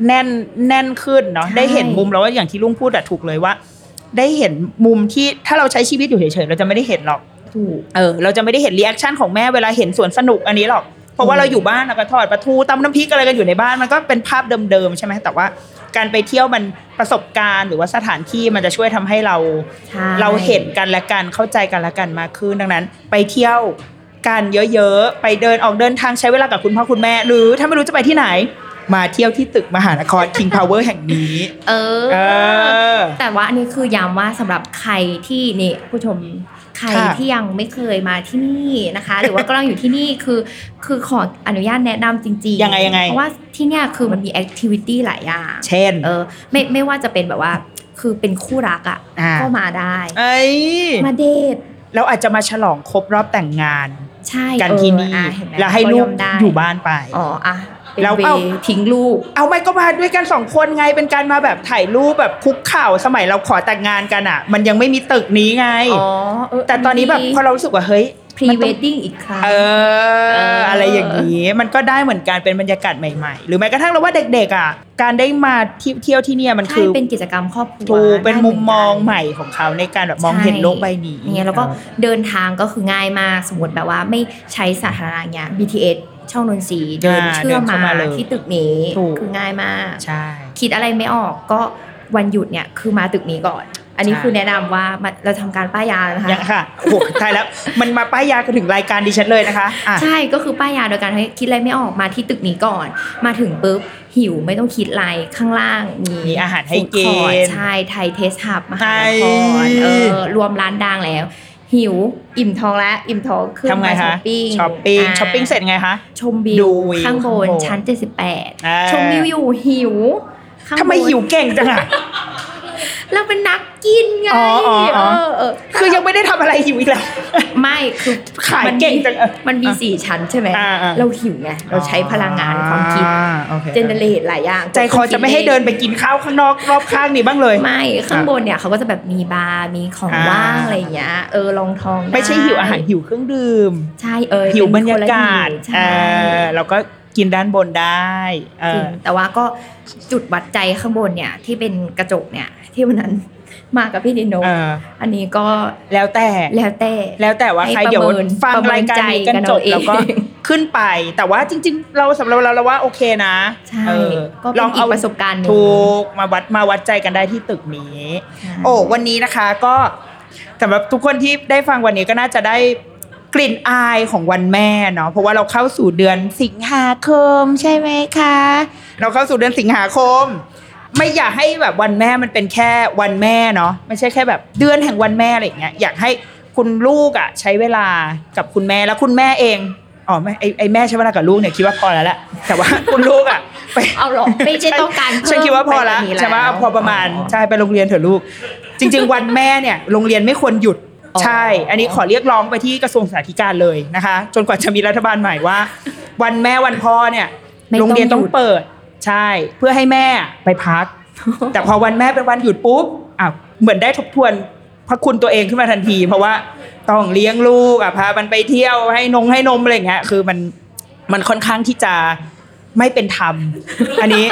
แน่นแน่นขึ้นเนาะได้เห็นมุมแล้วว่าอย่างที่ลุงพูดอะถูกเลยว่า ได้เห็นมุมที่ถ้าเราใช้ชีวิตอยู่เฉยๆเราจะไม่ได้เห็นหรอก
ถูก
เออเราจะไม่ได้เห็นรีแอคชั่นของแม่เวลาเห็นสวนสนุกอันนี้หรอก เพราะว่า
อืม
เราอยู่บ้านเราก็ทอดปลาทูตำน้ำพริกอะไรกันอยู่ในบ้านมันก็เป็นภาพเดิมๆใช่ไหมแต่ว่าการไปเที่ยวมันประสบการณ์หรือว่าสถานที่มันจะช่วยทำให้เรา
ใช่
เราเห็นกันและกันเข้าใจกันและกันมากขึ้นดังนั้น ไปเที่ยวกันเยอะๆไปเดินออกเดินทางใช้เวลากับคุณพ่อคุณแม่ หรือถ้าไม่รู้จะไปที่ไหน มาเที่ยวที่ตึกมหานคร King Power แห่งนี้
เออ
เออ
แต่ว่าอันนี้คือย้ำว่าสำหรับใครที่นี่ผู้ชมใคร
ค่ะ
ที่ยังไม่เคยมาที่นี่นะคะ หรือว่ากำลังอยู่ที่นี่คือคือขออนุญาตแนะนำจริงๆ
ยังไงยังไง
เพราะว่าที่เนี่ยคือมันมีแอคทิวิตี้หลายอย่าง
เช่น
เออไม่ไม่ว่าจะเป็นแบบว่าคือเป็นคู่รักอ่ะ
อ่า
ก็มาได้
เอ้ย
มาเดท
เราอาจจะมาฉลองครบรอบแต่งงาน
ใช่
กันที่นี่
เอออ่ะเนไม
แล้วให้ลูก
ยมได้
อยู่บ้านไป
อ๋ออ่ะเป็น
แล้ว
เว
เอา
ทิ้งลูก
เอาไม่ก็มาด้วยกันสองคนไงเป็นการมาแบบถ่ายรูปแบบคุกเข่าสมัยเราขอแต่งงานกันอ่ะ มันยังไม่มีตึกนี้ไง
อ๋อเ
แต่ตอนนี้แบบพอเรารู้สึกว่าเฮ้ย
พรี
มัน
เว
ต้อง
ดดิ้งอีกครั้ง
เอ
เอ
อ
ออ
อะไรอย่างนี้มันก็ได้เหมือนกันเป็นบรรยากาศใหม่ๆ หรือแม้กระทั่งเราว่าเด็กๆอ่ะการได้มาที่เที่ยวที่เนี่ยมัน
ใช่
คือ
เป็นกิจกรรมครอบครัว
ถูกเป็น
ได้ห
มุมมอง
กัน
ใหม่ของเขาในการแบบมองเห็นโลกใบนี้
อย่างเงี้ยแล้วก็เดินทางก็คือง่ายมากสมมติแบบว่าไม่ใช้สาธารณะเงี้ย BTS ช่องนนทรีย์เดินเชื่อมมาที่ตึกนี้คือง่ายมาก
ใช่
คิดอะไรไม่ออกก็วันหยุดเนี่ยคือมาตึกนี้ก่อน อันนี้
ใช่
คือแนะนำว่ามาเราทำการป้ายยานะคะ
ยังค่ะโอ้โหตายแล้วมันมาป้ายยากันถึงรายการดิฉันเลยนะคะอ่ะ
ใช่ก็คือป้ายยาโดยการให้คิดอะไรไม่ออกมาที่ตึกนี้ก่อน มาถึงปุ๊บหิวไม่ต้องคิดอะไรข้างล่างมี
มีอาหารให้กิน
ฟู้ดคอร์ทใช่ไทยเทสฮับมหาน
ไทย
ครเออรวมร้านดังแล้ว หิวอิ่มท้องแล้วอิ่มท้องขึ้น
ทำไง
มา
คะ
ช้อปปิ้ง
ช้อปปิ้ง
า
ช้อปปิ้งเสร็จไงคะ
ชมวิ
ดู
ว
วิว
ข้างบน
ข้างบน
ชั้น
อ่า
78 ชมวิวอยู่หิวข้างบน
ทำไมหิวเก่งจั งอ่ะ
เราเป็นนักกินไง
อ๋ออ๋ออ๋อ
เเอ
คือยังไม่ได้ทำอะไรหิวอีก แล้ว
ไม่คือ
ขาย
มันมี
เก่งจังอะ
มันมี
อ่ะ
สี่ชั้นใช่ไหม
อ่าอ่า
เราหิวไงเราใช้พลังงานความคิด
อ่าโอค
เจเนเรตหลายอย่าง
ใจคอจะไม่ให้เดินไปกินข้าวข้างนอกรอบข้างนี่บ้างเลย
ไม่ข้างบนเนี่ยเขาก็จะแบบมีบาร์มีของ
อ่า
ว่างอะไรอย่างเงี้ยเออลองทองด้
ไม่ใช่หิวอาหารหิวเครื่องดื่ม
ใช่เออ
หิวบร
เป็น
ร
คน
ยา
ละ
กาศ
หิว
เอ
ใช่
อเราก็กินด้านบนได้เอ
จริ
อง
แต่ว่าก็จุดวัดใจข้างบนเนี่ยที่เป็นกระจกเนี่ยที่วันนั้นมากับพี่ดินโน
เออ
อันนี้ก็
แล้วแต่
แล้วแต่
แล้วแต่ว่า
ให้
ใครเดี๋ยว
ประเมิน
ฟัง
ประเมิน
รายการนี้
ใจกั
กัน น
เอา
จบ
เอง
แล้วก็ ขึ้นไป แต่ว่าจริง ๆ เราสำหรับเราเราว่าโอเคนะ
ใช่
เออ
ก็เป็นอีกประสบการณ์หนึ่ง
ถูกมาวัดมาวัดใจกันได้ที่ตึกนี้ โอ้วันนี้นะคะก็สำหรับทุกคนที่ได้ฟังวันนี้ก็น่าจะได้กลิ่นอายของวันแม่เนาะเพราะว่าเราเข้าสู่เดือนสิงหาคมใช่ไหมคะ เราเข้าสู่เดือนสิงหาคม ไม่อยากให้แบบวันแม่มันเป็นแค่วันแม่เนาะไม่ใช่แค่แบบเดือนแห่งวันแม่อะไรอย่างเงี้ยอยากให้คุณลูกอ่ะใช้เวลากับคุณแม่แล้วคุณแม่เองอ๋อไม่ไอไอแม่ใช้เวลากับลูกเนี่ยคิดว่าพอแล้วแหละแต่ว่าคุณลูกอ่ะไป
เอาหรอไม่ได้ต้องการเพิ่ม
ฉันคิดว่าพอละ
ไปกนี้
ใช่ว่า
แล้
พอประมาณใช่ไปโรงเรียนเถอะลูก จริง ๆ วันแม่เนี่ยโรงเรียนไม่ควรหยุด
อ๋อ
ใช่ อันนี้ขอเรียกร้องไปที่กระทรวงศึกษาธิการเลยนะคะ จนกว่าจะมีรัฐบาลใหม่ว่า วันแม่วันพ่อเนี่ย
ไม่
โรงเรียนต้อง
หด
เปิด ใช่ เพื่อให้แม่ไปพัก แต่พอวันแม่เป็นวันหยุดปุ๊บอ่ะเหมือนได้ทบทวนพระคุณตัวเองขึ้นมาทันที เพราะว่าต้องเลี้ยงลูกอ่ะพามันไปเที่ยวให้นงให้นมอะไรอย่างเงี้ยคือมันมันค่อนข้างที่จะไม่เป็นธรรม อันนี้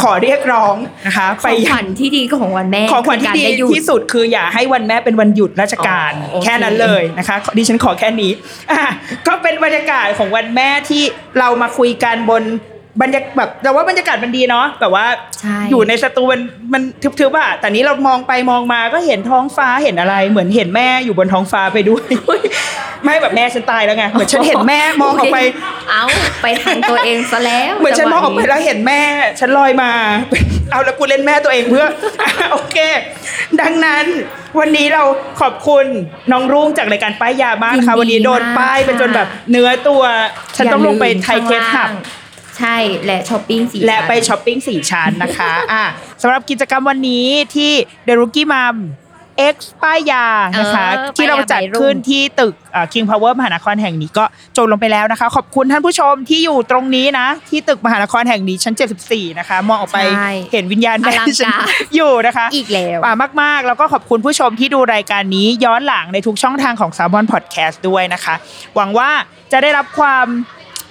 ขอเรียกร้องนะคะ
ข
ไป
องข
ยัง
วัญที่ดีของวันแม่
ของขวัญที่
การ
ดี
ไหยุ
ที่สุดคืออย่าให้วันแม่เป็นวันหยุดราชการ
อ๋อโอเค
แค่นั้นเลยนะคะดิฉันขอแค่นี้อ่ะก็เป็นบรรยากาศของวันแม่ที่เรามาคุยกันบนบรรยากแบบแต่ว่าบรรยากาศมันดีเนาะแบบว่า
ใช่
อยู่ในสตูมันมันทึบๆอะแต่นี้เรามองไปมองมาก็เห็นท้องฟ้าเห็นอะไร เหมือนเห็นแม่อยู่บนท้องฟ้าไปด้วย ไม่แบบแม่ฉันตายแล้วไงเหมือนฉันเห็นแม่มองออกไป
เอาไปทางตัวเองซะแล้ว
เหมือนฉันมองออกไป
จังหะ
แล้วเห็นแม่ ฉันลอยมา เอาแล้วกูเล่นแม่ตัวเองเพื่อ โอเค ดังนั้นวันนี้เราขอบคุณน้องรุ่งจากรายการป้ายยามากนะค่ะ
ยินดี
วันนี้โดน
มาก
ป้ายไป
ค่ะ
จนแบบเนื้อตัว ฉันต้องลงไปไทยเทสหับ
ใช่และช้อปปิ้งสี
และไปช้อปปิ้งสี่ชั้นนะคะ อ่ะสำหรับกิจกรรมวันนี้ที่ The Rookie Mom X ป้ายยานะคะ
ออ
ที่เราจัด
ไป
ขึ้นที่ตึกเอ่อ King Power มหานครแห่งนี้ก็จบลงไปแล้วนะคะ ขอบคุณท่านผู้ชมที่อยู่ตรงนี้นะ ที่ตึกมหานครแห่งนี้ชั้น 74 นะคะ มองออกไป
ใช่
เห็นวิญญาณแม่
อลังการ
ที่ฉันอยู่นะคะ
อีกแล้ว
อ่ะมาก ๆ แล้วก็ขอบคุณผู้ชมที่ดูรายการนี้ย้อนหลังในทุกช่องทางของ s ซ l m o n Podcast ด้วยนะคะ หวังว่าจะได้รับความ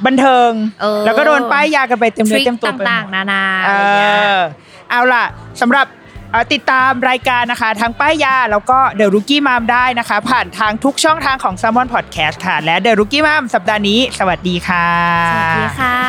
บันเทิง
เออ
แล้วก็โดนป้ายยากันไปเต็
ท
มเนื้
ริ
อ
ค
เต็มตัวไปหมด
ต่างๆ นานาอะ
เอ
ไรเงี้ย
อเอาล่ะสำหรับเอ่อติดตามรายการนะคะทางป้ายยา แล้วก็ The Rookie Mom ได้นะคะ ผ่านทางทุกช่องทางของ s ซ l m o n Podcast ค่ะ และ The Rookie Mom สัปดาห์นี้ สวัสดีค่ะ
สวัสดีค่ะ